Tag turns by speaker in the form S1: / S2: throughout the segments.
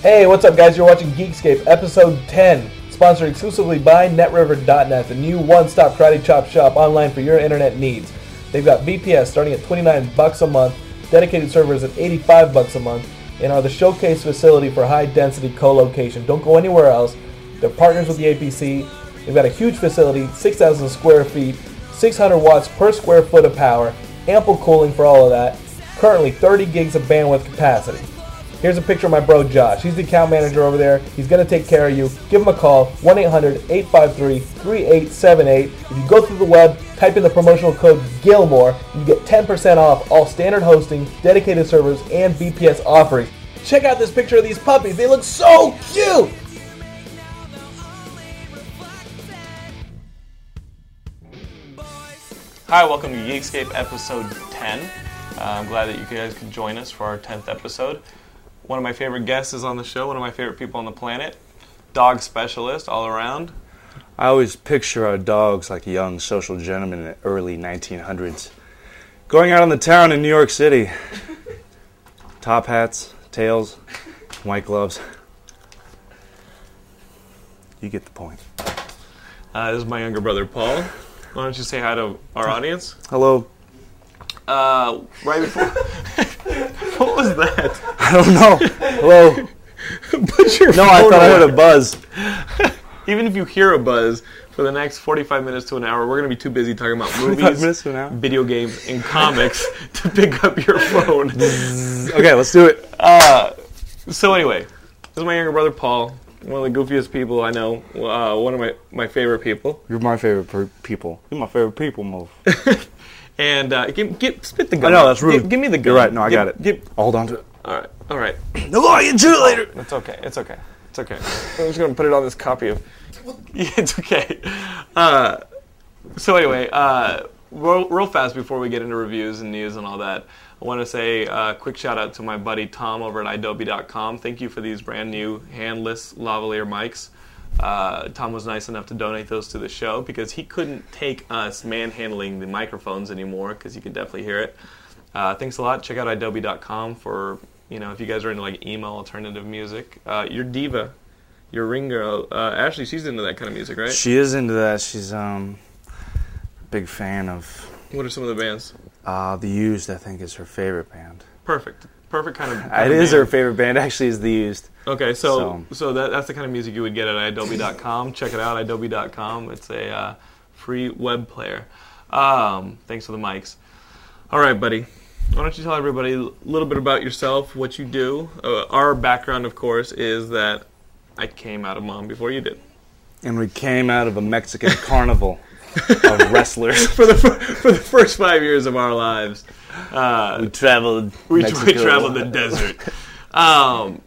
S1: Hey, what's up, guys? You're watching Geekscape, episode 10, sponsored exclusively by NetRiver.net, the new one-stop karate chop shop online for your internet needs. They've got VPS starting at 29 bucks a month, dedicated servers at 85 bucks a month, and are the showcase facility for high-density co-location. Don't go anywhere else. They're partners with the APC. They've got a huge facility, 6,000 square feet, 600 watts per square foot of power, ample cooling for all of that. Currently 30 gigs of bandwidth capacity. Here's a picture of my bro Josh. He's the account manager over there. He's going to take care of you. Give him a call 1 800 853 3878. If you go through the web, type in the promotional code Gilmore, you get 10% off all standard hosting, dedicated servers, and VPS offerings. Check out this picture of these puppies. They look so cute!
S2: Hi, welcome to Geekscape episode 10. Uh, I'm glad that you guys could join us for our 10th episode. One of my favorite guests is on the show, one of my favorite people on the planet, dog specialist all around.
S3: I always picture our dogs like young social gentlemen in the early 1900s, going out on the town in New York City. Top hats, tails, white gloves. You get the point.
S2: Uh, this is my younger brother, Paul. Why don't you say hi to our audience?
S3: Hello.
S2: Uh, right before. what was that?
S3: I don't know. Hello.
S2: Put your
S3: No, I thought I heard a buzz.
S2: Even if you hear a buzz for the next 45 minutes to an hour, we're going to be too busy talking about
S3: 45
S2: movies,
S3: minutes to an hour?
S2: video games, and comics to pick up your phone.
S3: Okay, let's do it.
S2: so anyway, this is my younger brother Paul, one of the goofiest people I know, uh, one of my, my favorite people.
S3: You're my favorite per- people. You're my favorite people, Mo.
S2: And uh, give, give, spit the
S3: I
S2: gun.
S3: know, that's
S2: Give-
S3: rude.
S2: Give, me the gun.
S3: You're right. No, I
S2: Give-
S3: got it.
S2: give-
S3: Hold on to it.
S2: all right, all right.
S3: No, I'll get you later.
S2: It's okay. It's okay. It's okay. I'm just gonna put it on this copy of. Yeah, it's okay. Uh, so anyway, uh, real, real fast before we get into reviews and news and all that, I want to say a quick shout out to my buddy Tom over at Adobe.com. Thank you for these brand new handless lavalier mics. Uh, Tom was nice enough to donate those to the show because he couldn't take us manhandling the microphones anymore because you can definitely hear it. Uh, thanks a lot. Check out Adobe.com for you know if you guys are into like emo alternative music. Uh, your diva, your ring girl, uh, Ashley. She's into that kind of music, right?
S3: She is into that. She's um big fan of
S2: what are some of the bands?
S3: uh, the Used. I think is her favorite band.
S2: Perfect, perfect kind of.
S3: It
S2: kind of
S3: is her
S2: band.
S3: favorite band. Actually, is the Used.
S2: Okay, so
S3: So-
S2: so that, that's the kind of music you would get at Adobe.com. Check it out, Adobe.com. It's a uh, free web player. Um, thanks for the mics. All right, buddy. Why don't you tell everybody a little bit about yourself, what you do? Uh, our background, of course, is that I came out of mom before you did.
S3: And we came out of a Mexican carnival of wrestlers.
S2: for the fir- for the first five years of our lives. Uh,
S3: We traveled.
S2: we, we
S3: Mexico.
S2: traveled the desert. Um,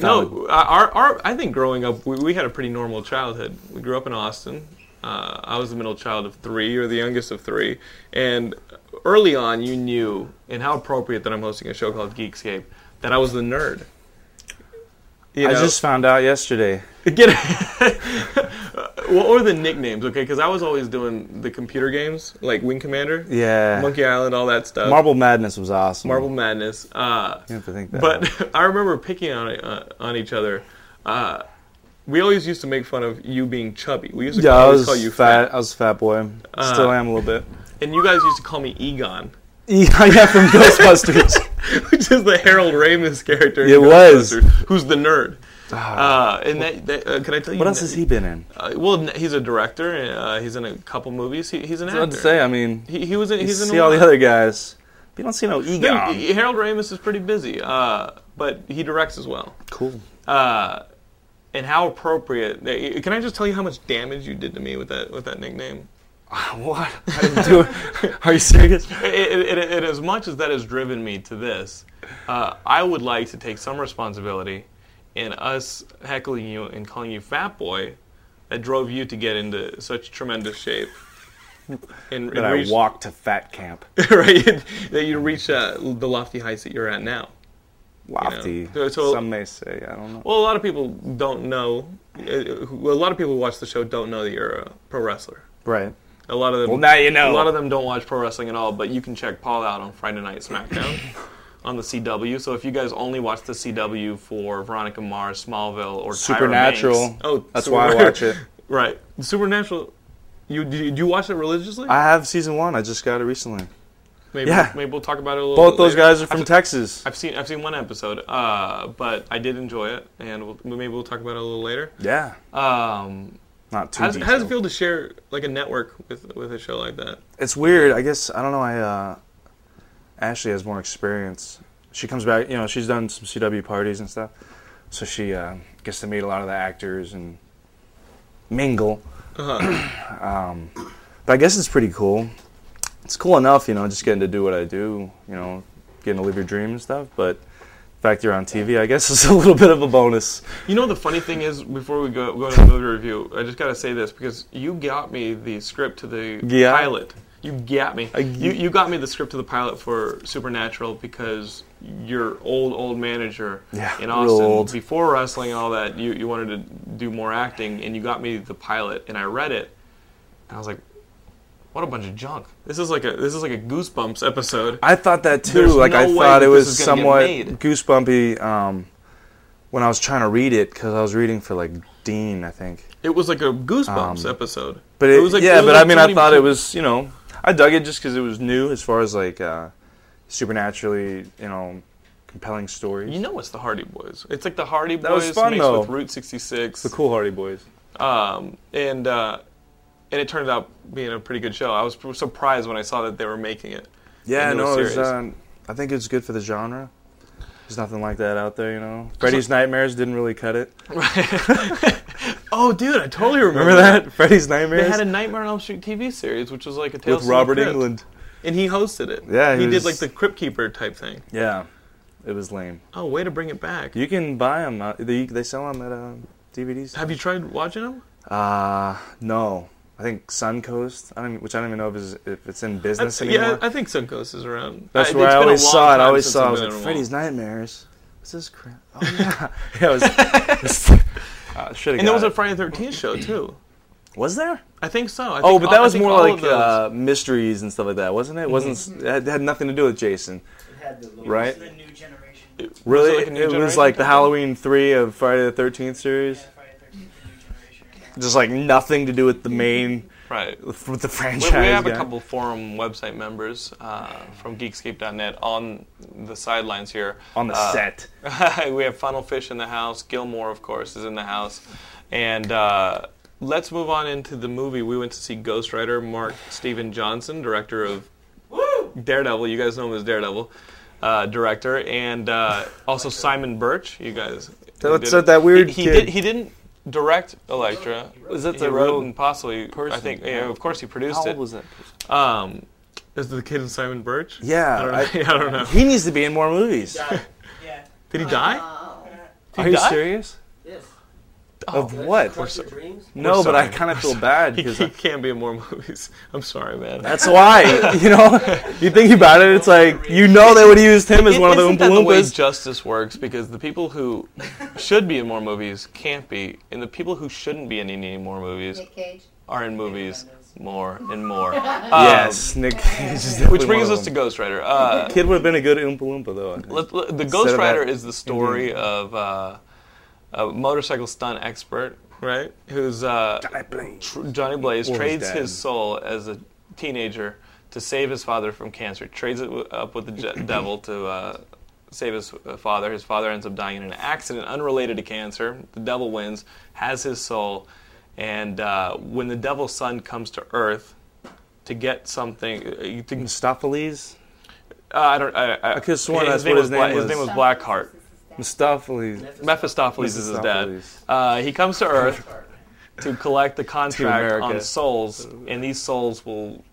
S2: no, uh, our, our I think growing up we, we had a pretty normal childhood. We grew up in Austin. Uh, I was the middle child of three, or the youngest of three, and early on you knew, and how appropriate that I'm hosting a show called Geekscape, that I was the nerd. You
S3: I
S2: know?
S3: just found out yesterday.
S2: Get what were the nicknames? Okay, because I was always doing the computer games like Wing Commander,
S3: Yeah.
S2: Monkey Island, all that stuff,
S3: Marble Madness was awesome.
S2: Marble Madness. Uh,
S3: You have to think that.
S2: but I remember picking on uh, on each other. Uh, we always used to make fun of you being chubby. We used to
S3: yeah, I
S2: always
S3: was
S2: call you
S3: fat.
S2: fat. Uh-huh.
S3: I was a fat boy. Still am a little bit.
S2: and you guys used to call me Egon,
S3: yeah, from Ghostbusters.
S2: which is the Harold Ramis character. in
S3: It was. Ah.
S2: Ghostbusters, who's the nerd. Uh, and that, that uh, can I tell you
S3: what else
S2: that-
S3: has he been in?
S2: Uh, well, n- he's a director. and, Uh, he's in a couple movies. He, he's an
S3: I was about
S2: actor.
S3: to say. I mean,
S2: He, he was in.
S3: you
S2: He's in.
S3: see
S2: a
S3: all the
S2: lot.
S3: other guys. but You don't see no
S2: No,
S3: Egon.
S2: he- Harold Ramis is pretty busy, uh, but he directs as well.
S3: cool.
S2: Uh, and how appropriate! uh, Can I just tell you how much damage you did to me with that with that nickname?
S3: What? I didn't do it. Are you serious?
S2: it, it, it, as much as that has driven me to this, uh, I would like to take some responsibility and us heckling you and calling you fat boy that drove you to get into such tremendous shape. And, and
S3: That I
S2: reach-
S3: walked to fat camp.
S2: right? That you reach uh, the lofty heights that you're at now.
S3: Lofty.
S2: So- so-
S3: Some may say, I don't know.
S2: Well, a lot of people don't know. uh, who- A lot of people who watch the show don't know that you're a pro wrestler.
S3: Right.
S2: A lot of them.
S3: Well, now you know.
S2: A lot of them don't watch pro wrestling at all, but you can check Paul out on Friday Night SmackDown on the CW. So if you guys only watch the CW for Veronica Mars, Smallville, or Tyra
S3: Supernatural.
S2: Banks- oh,
S3: that's
S2: Super-
S3: why I watch it.
S2: Right, Supernatural. You do you, do you watch it religiously?
S3: I have season one. I just got it recently.
S2: maybe,
S3: yeah.
S2: Maybe we'll talk about it a little.
S3: Both
S2: bit
S3: those
S2: later.
S3: guys are from
S2: I've-
S3: Texas.
S2: I've seen I've seen one episode, uh, but I did enjoy it, and we'll, maybe we'll talk about it a little later.
S3: yeah.
S2: Um,
S3: Not too
S2: how, does, how does it
S3: detailed.
S2: feel to share like a network with with a show like that?
S3: it's weird. I guess I don't know. I uh, Ashley has more experience. She comes back. You know, she's done some CW parties and stuff, so she uh, gets to meet a lot of the actors and mingle. um, but I guess it's pretty cool. It's cool enough, you know, just getting to do what I do. You know, getting to live your dream and stuff. But the fact you're on TV, I guess, is a little bit of a bonus.
S2: You know the funny thing is, before we go go into the movie review, I just gotta say this because you got me the script to the
S3: Yeah.
S2: pilot. You got me. you you got me the script to the pilot for Supernatural because your old old manager
S3: Yeah,
S2: in
S3: real
S2: Austin
S3: old.
S2: before wrestling and all that, you you wanted to do more acting and you got me the pilot and I read it and I was like, what a bunch of junk. This is like a this is like a Goosebumps episode.
S3: I thought that too.
S2: There's
S3: like
S2: no
S3: I
S2: way
S3: thought
S2: that
S3: it
S2: this
S3: was
S2: is gonna get
S3: somewhat
S2: made.
S3: goosebumpy um, when I was trying to read it because I was reading for like Dean, I think.
S2: it was like a Goosebumps episode.
S3: Um, But it,
S2: was like
S3: yeah,
S2: it was
S3: but
S2: like
S3: I mean,
S2: so
S3: I
S2: many
S3: thought it
S2: people-
S3: was you know I dug it just because it was new as far as like uh, supernaturally you know compelling stories.
S2: You know it's the Hardy Boys. It's like the Hardy Boys
S3: was fun,
S2: mixed
S3: though.
S2: with Route 66.
S3: the Cool Hardy Boys.
S2: Um, and uh, and it turned out being a pretty good show. I was pr- surprised when I saw that they were making it.
S3: Yeah,
S2: into a
S3: no, it was,
S2: series.
S3: uh, I think it's good for the genre. There's nothing like that out there, you know. Freddy's Nightmares didn't really cut it.
S2: oh, dude, I totally remember,
S3: Remember that? Freddy's
S2: They
S3: Nightmares
S2: had a Nightmare on Elm Street TV series, which was like a Tales
S3: with
S2: from the
S3: Robert
S2: Crypt.
S3: England.
S2: and he hosted it.
S3: Yeah,
S2: he,
S3: he
S2: did
S3: was-
S2: like the Crypt Keeper type thing.
S3: Yeah, it was lame.
S2: Oh, way to bring it back.
S3: You can buy them. Uh, they, they sell them at uh, DVDs.
S2: Have you tried watching them?
S3: Uh, no. I think Suncoast, I don't, which I don't even know if it's, if it's in
S2: I-
S3: business anymore.
S2: yeah, I think Suncoast is around.
S3: That's
S2: I,
S3: where
S2: it's
S3: I
S2: been a
S3: always
S2: long
S3: saw it. I
S2: time
S3: always
S2: since
S3: saw it.
S2: it's
S3: I was
S2: been
S3: like,
S2: in a while.
S3: Freddy's Nightmares. What's this crap? Oh, yeah. yeah, it was. uh, Should have
S2: And there was a
S3: it.
S2: Friday the 13th show, too.
S3: was there?
S2: I think so. I
S3: Oh,
S2: think
S3: but
S2: all- I
S3: that was
S2: think
S3: more
S2: all of
S3: like
S2: those- Mm-hmm.
S3: uh, mysteries and stuff like that, wasn't it? Wasn't it had nothing to do with Jason,
S4: had the little-
S3: Right.
S4: The new generation. Friday
S3: really?
S2: like a new
S3: it was
S2: generation
S3: like
S2: type
S3: the
S2: thing?
S3: Halloween three of Friday the Thirteenth series,
S4: the 13th, the new generation.
S3: just like nothing to do with the main
S2: right.
S3: with the
S2: Mm-hmm. We,
S3: franchise.
S2: we have a
S3: guy.
S2: couple forum website members uh, from Geekscape.net on the sidelines here. Uh,
S3: on the set.
S2: set. we have Funnel Fish in the house. Gilmore, of course, is in the house. And uh, let's move on into the movie. We went to see Ghost Rider Mark Steven Johnson, director of Daredevil. You guys know him as Daredevil. Uh, director and uh, also Simon Birch. You guys.
S3: That's-
S2: he did-
S3: that's that weird
S2: He, he
S3: kid.
S2: did. He didn't direct Elektra.
S3: Was that
S2: he
S3: the
S2: wrote
S3: real
S2: and possibly I
S3: person?
S2: think yeah, of course he produced it.
S3: How old was that?
S2: Um, is the kid in Simon Birch?
S3: Yeah,
S2: I don't know.
S3: I-
S2: I don't know.
S3: He needs to be in more movies.
S4: Yeah.
S2: Did he die?
S3: Are you
S2: died? Oh,
S3: serious?
S5: Yes.
S3: Of what?
S5: Crush your dreams.
S3: No, but I
S2: sorry.
S3: kind of feel bad
S2: He,
S3: because
S2: he can't be in more movies. I'm sorry, man.
S3: that's why. You know, you think about it, it's like you know they would have used him as
S2: It-
S3: one of the
S2: isn't
S3: Oompa
S2: that the way
S3: Loompas.
S2: justice works? Because the people who should be in more movies can't be, and the people who shouldn't be in any more movies
S5: Nick Cage.
S2: are in movies more and more. Um,
S3: yes, Nick. Cage is
S2: Which
S3: definitely
S2: brings
S3: one
S2: us
S3: of
S2: to
S3: them.
S2: Ghost Rider. Uh,
S3: Kid would have been a good Oompa Loompa though. I think.
S2: Let, let- the
S3: Instead
S2: Ghost
S3: of
S2: Rider
S3: that- mm-hmm.
S2: is the story of uh, a motorcycle stunt expert, right? Who's uh, Johnny Blaze, tr- Johnny Blaze
S3: his
S2: trades
S3: dad.
S2: his soul as a teenager to save his father from cancer. Trades it w- up with the je- devil to uh, save his uh, father. His father ends up dying in an accident unrelated to cancer. The devil wins, has his soul, and uh, when the devil's son comes to Earth. To get something, uh, to
S3: Mistopheles.
S2: uh, I don't. I, I,
S3: could've sworn that's
S2: name
S3: what his name
S2: Bla-
S3: was.
S2: His name was Blackheart.
S3: Mistopheles.
S2: Mephistopheles is his dad.
S3: Mephistopheles.
S2: Uh, he comes to Earth to collect the contract
S3: America.
S2: on souls, and these souls will,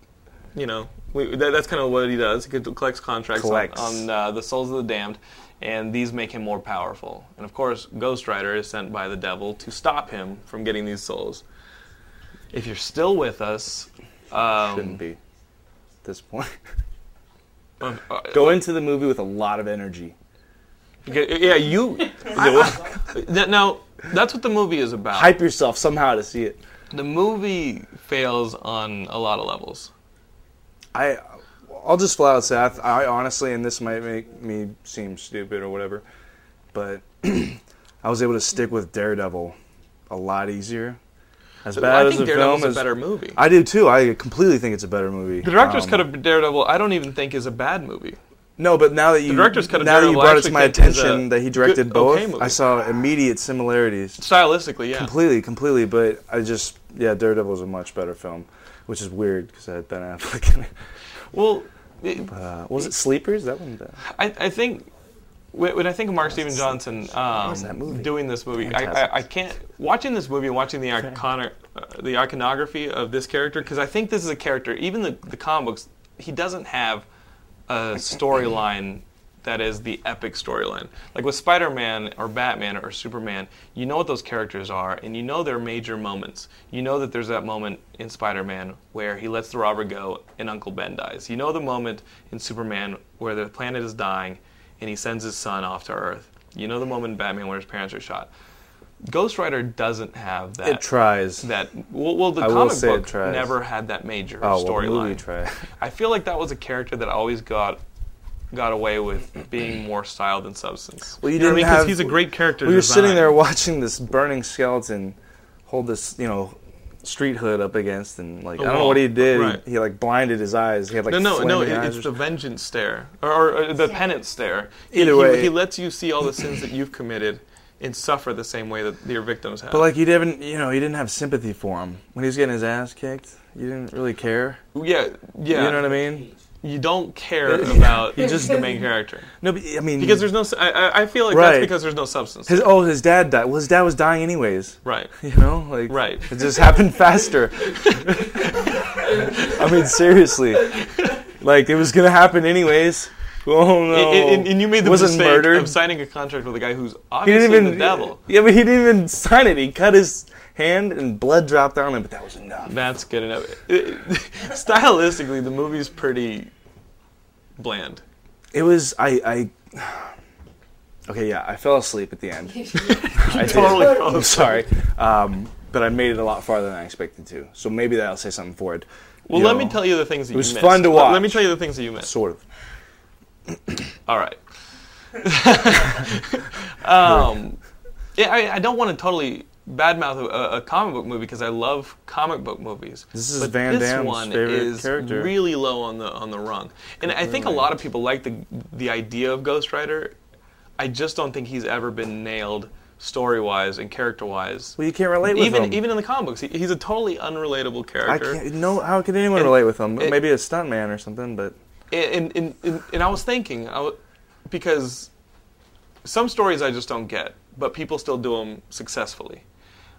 S2: you know, we, that, that's kind of what he does. He collects contracts on-
S3: Collects.
S2: on, uh, the souls of the damned, and these make him more powerful. And of course, Ghost Rider is sent by the devil to stop him from getting these souls. If you're still with us,
S3: Shouldn't be. At this point,
S2: uh, uh,
S3: go into the movie with a lot of energy.
S2: okay, yeah, you. Th- now, that's what the movie is about.
S3: Hype yourself somehow to see it.
S2: The movie fails on a lot of levels.
S3: I, I'll just flat out say, I, I honestly, and this might make me seem stupid or whatever, but I was able to stick with Daredevil a lot easier. As bad
S2: I
S3: as
S2: think
S3: the
S2: Daredevil's
S3: film
S2: a
S3: is,
S2: better movie.
S3: I do too. I completely think it's a better movie.
S2: The director's
S3: Um,
S2: cut of Daredevil, I don't even think is a bad movie.
S3: No, but now that you
S2: director's cut of
S3: now that you
S2: Daredevil, I
S3: brought it to
S2: actually
S3: my
S2: think is a
S3: attention that he directed
S2: good-
S3: both,
S2: okay movie.
S3: I saw immediate similarities.
S2: Stylistically, yeah.
S3: Completely, completely. But I just yeah, Daredevil is a much better film, which is weird because I had Ben Affleck. in it.
S2: Well, it,
S3: Uh, was it Sleepers? That one. uh,
S2: I, I think when when I think of Mark Steven Johnson
S3: was that
S2: um,
S3: movie?
S2: doing this movie, I,
S3: Phantasm.
S2: I, I can't watching this movie and watching the icono- uh, the iconography of this character because I think this is a character. Even the the comic books, he doesn't have a storyline that is the epic storyline. Like with Spider-Man or Batman or Superman, you know what those characters are and you know their major moments. You know that there's that moment in Spider-Man where he lets the robber go and Uncle Ben dies. You know the moment in Superman where the planet is dying and he sends his son off to Earth. You know the moment in Batman where his parents are shot. Ghost Rider doesn't have that.
S3: It tries.
S2: That well, well the
S3: I will
S2: comic
S3: say it
S2: book
S3: tries.
S2: never had that major
S3: Oh, well, the movie
S2: storyline.
S3: tried.
S2: I feel like that was a character that always got got away with being more style than substance.
S3: Well, you,
S2: know what
S3: didn't
S2: I mean? 'Cause
S3: have-
S2: he's a great character.
S3: Well, you're
S2: design.
S3: sitting there watching this burning skeleton hold this, you know, street hood up against, and like I don't know
S2: wall.
S3: what he did. He-
S2: Right.
S3: He, like blinded his eyes. He had like
S2: No, no, no!
S3: flaming
S2: it-
S3: eyes
S2: It's
S3: or
S2: the vengeance stare, or, or, uh, the penance stare. He-
S3: Either
S2: he,
S3: way.
S2: he lets you see all the sins that you've committed and suffer the same way that your victims have.
S3: But like you didn't, you know, you didn't have sympathy for him when he was getting his ass kicked. You didn't really care.
S2: yeah, yeah.
S3: You know what I mean?
S2: You don't care about
S3: He
S2: just
S3: just-
S2: the main character
S3: No, but, I mean
S2: because there's no. s- I, I- I feel like that's
S3: Hmm. Right.
S2: because there's no substance.
S3: his oh his dad died. Well, his dad was dying anyways.
S2: right.
S3: You know, like
S2: Right.
S3: It just happened faster. I mean, seriously, like it was gonna happen anyways. Oh no!
S2: And, and- and you made the
S3: wasn't
S2: mistake
S3: murder.
S2: of signing a contract with a guy who's
S3: he
S2: obviously
S3: didn't even
S2: the devil.
S3: Yeah, but he didn't even sign it. He cut his hand and blood dropped on him. But that was enough.
S2: That's good enough. Stylistically, the movie's pretty bland.
S3: It was I. I okay, yeah, I fell asleep at the end. I did.
S2: Totally fell
S3: I'm sorry, um, but I made it a lot farther than I expected to. So maybe that'll say something for it.
S2: Well, let me tell you the things that
S3: it was
S2: you missed.
S3: fun to
S2: Let- Let me
S3: watch.
S2: tell you the things that you missed.
S3: Sort of.
S2: All right. um, yeah, I, I don't want to totally badmouth a, a comic book movie because I love comic book movies.
S3: This is
S2: but
S3: Van
S2: this
S3: Damme's
S2: one
S3: favorite
S2: is
S3: character.
S2: really low on the on the rung, and I think a lot of people like the the idea of Ghost Rider. I just don't think he's ever been nailed story wise and character wise.
S3: Well, you can't relate with
S2: even
S3: him.
S2: even in the comic books, he, he's a totally unrelatable
S3: I
S2: character.
S3: can't. No, how could anyone
S2: And-
S3: relate with him?
S2: it-
S3: Maybe a stuntman or something, but
S2: and and, and, and I was thinking, I w- because some stories I just don't get, but people still do them successfully.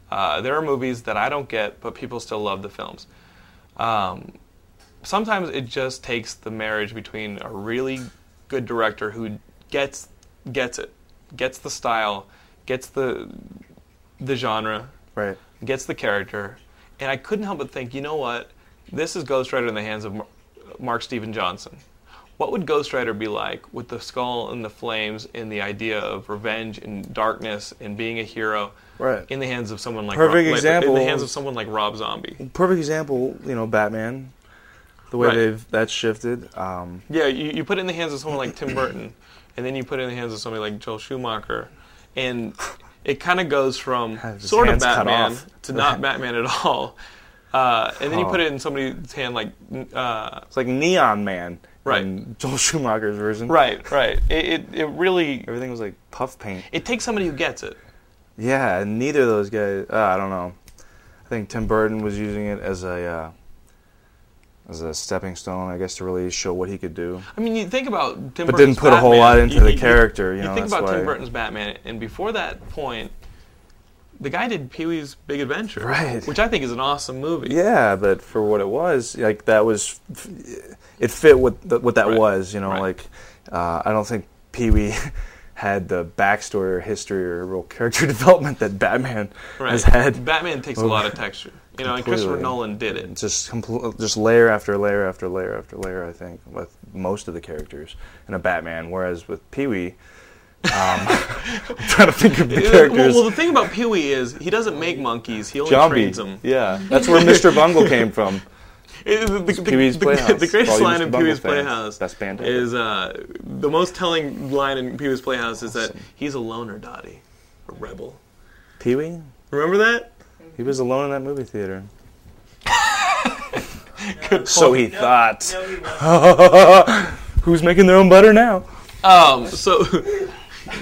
S2: Uh, there are movies that I don't get, but people still love the films. Um, sometimes it just takes the marriage between a really good director who gets gets it, gets the style, gets the the genre,
S3: right.
S2: gets the character, and I couldn't help but think, you know what? This is Ghost Rider in the hands of Mar- Mark Steven Johnson. What would Ghost Rider be like with the skull and the flames and the idea of revenge and darkness and being a hero
S3: Right.
S2: in the hands of someone like
S3: Perfect
S2: Rob, like,
S3: example.
S2: in the hands of someone like Rob Zombie?
S3: Perfect example, you know, Batman. The way
S2: Right.
S3: they've that's shifted. Um,
S2: Yeah, you, you put it in the hands of someone like Tim Burton, and then you put it in the hands of somebody like Joel Schumacher, and it kind of goes from
S3: Have his
S2: sort of
S3: hands cut
S2: Batman
S3: off.
S2: to not Batman at all. Uh, and then you
S3: Oh.
S2: put it in somebody's hand like uh,
S3: it's like Neon Man,
S2: Right.
S3: And Joel Schumacher's version,
S2: Right, right. It, it, it really
S3: Everything was like puff paint.
S2: it takes somebody who gets it.
S3: Yeah, and neither of those guys. Uh, I don't know. I think Tim Burton was using it as a uh, as a stepping stone, I guess, to really show what he could do.
S2: I mean, you think about Tim.
S3: But
S2: Burton's
S3: didn't put a whole
S2: Batman,
S3: lot into
S2: you-
S3: the
S2: you-
S3: character, you know,
S2: think
S3: that's
S2: about Tim
S3: why-
S2: Burton's Batman, and before that point, the guy did Pee Wee's Big Adventure,
S3: Right.
S2: Which I think is an awesome movie.
S3: Yeah, but for what it was, like that was, it fit what the, what that
S2: Right.
S3: was. You know,
S2: Right.
S3: like uh, I don't think Pee Wee had the backstory or history or real character development that Batman has had.
S2: Batman takes a lot of texture, you know, and Christopher
S3: Oh, Completely.
S2: Nolan did it.
S3: just compl- just layer after layer after layer after layer. I think with most of the characters in a Batman, whereas with Pee Wee, um, I'm trying to think of the
S2: It-
S3: characters.
S2: Well, well, the thing about Pee Wee is he doesn't make monkeys; he only
S3: Jambi.
S2: trains them.
S3: Yeah, that's where Mr. Bungle came from.
S2: It- the, the,
S3: Pee Wee's
S2: the-
S3: Playhouse.
S2: the
S3: For all
S2: greatest
S3: you
S2: line
S3: Mr.
S2: in Pee Wee's
S3: Bungle fans,
S2: Playhouse
S3: that's fantastic.
S2: is uh, the most telling line in Pee Wee's Playhouse is that he's a loner, Dottie, a rebel.
S3: Pee Wee,
S2: Remember that?
S3: he was alone in that movie theater.
S2: Good
S3: So
S2: point.
S3: he thought.
S4: No, he wasn't.
S3: Who's making their own butter now?
S2: Um, so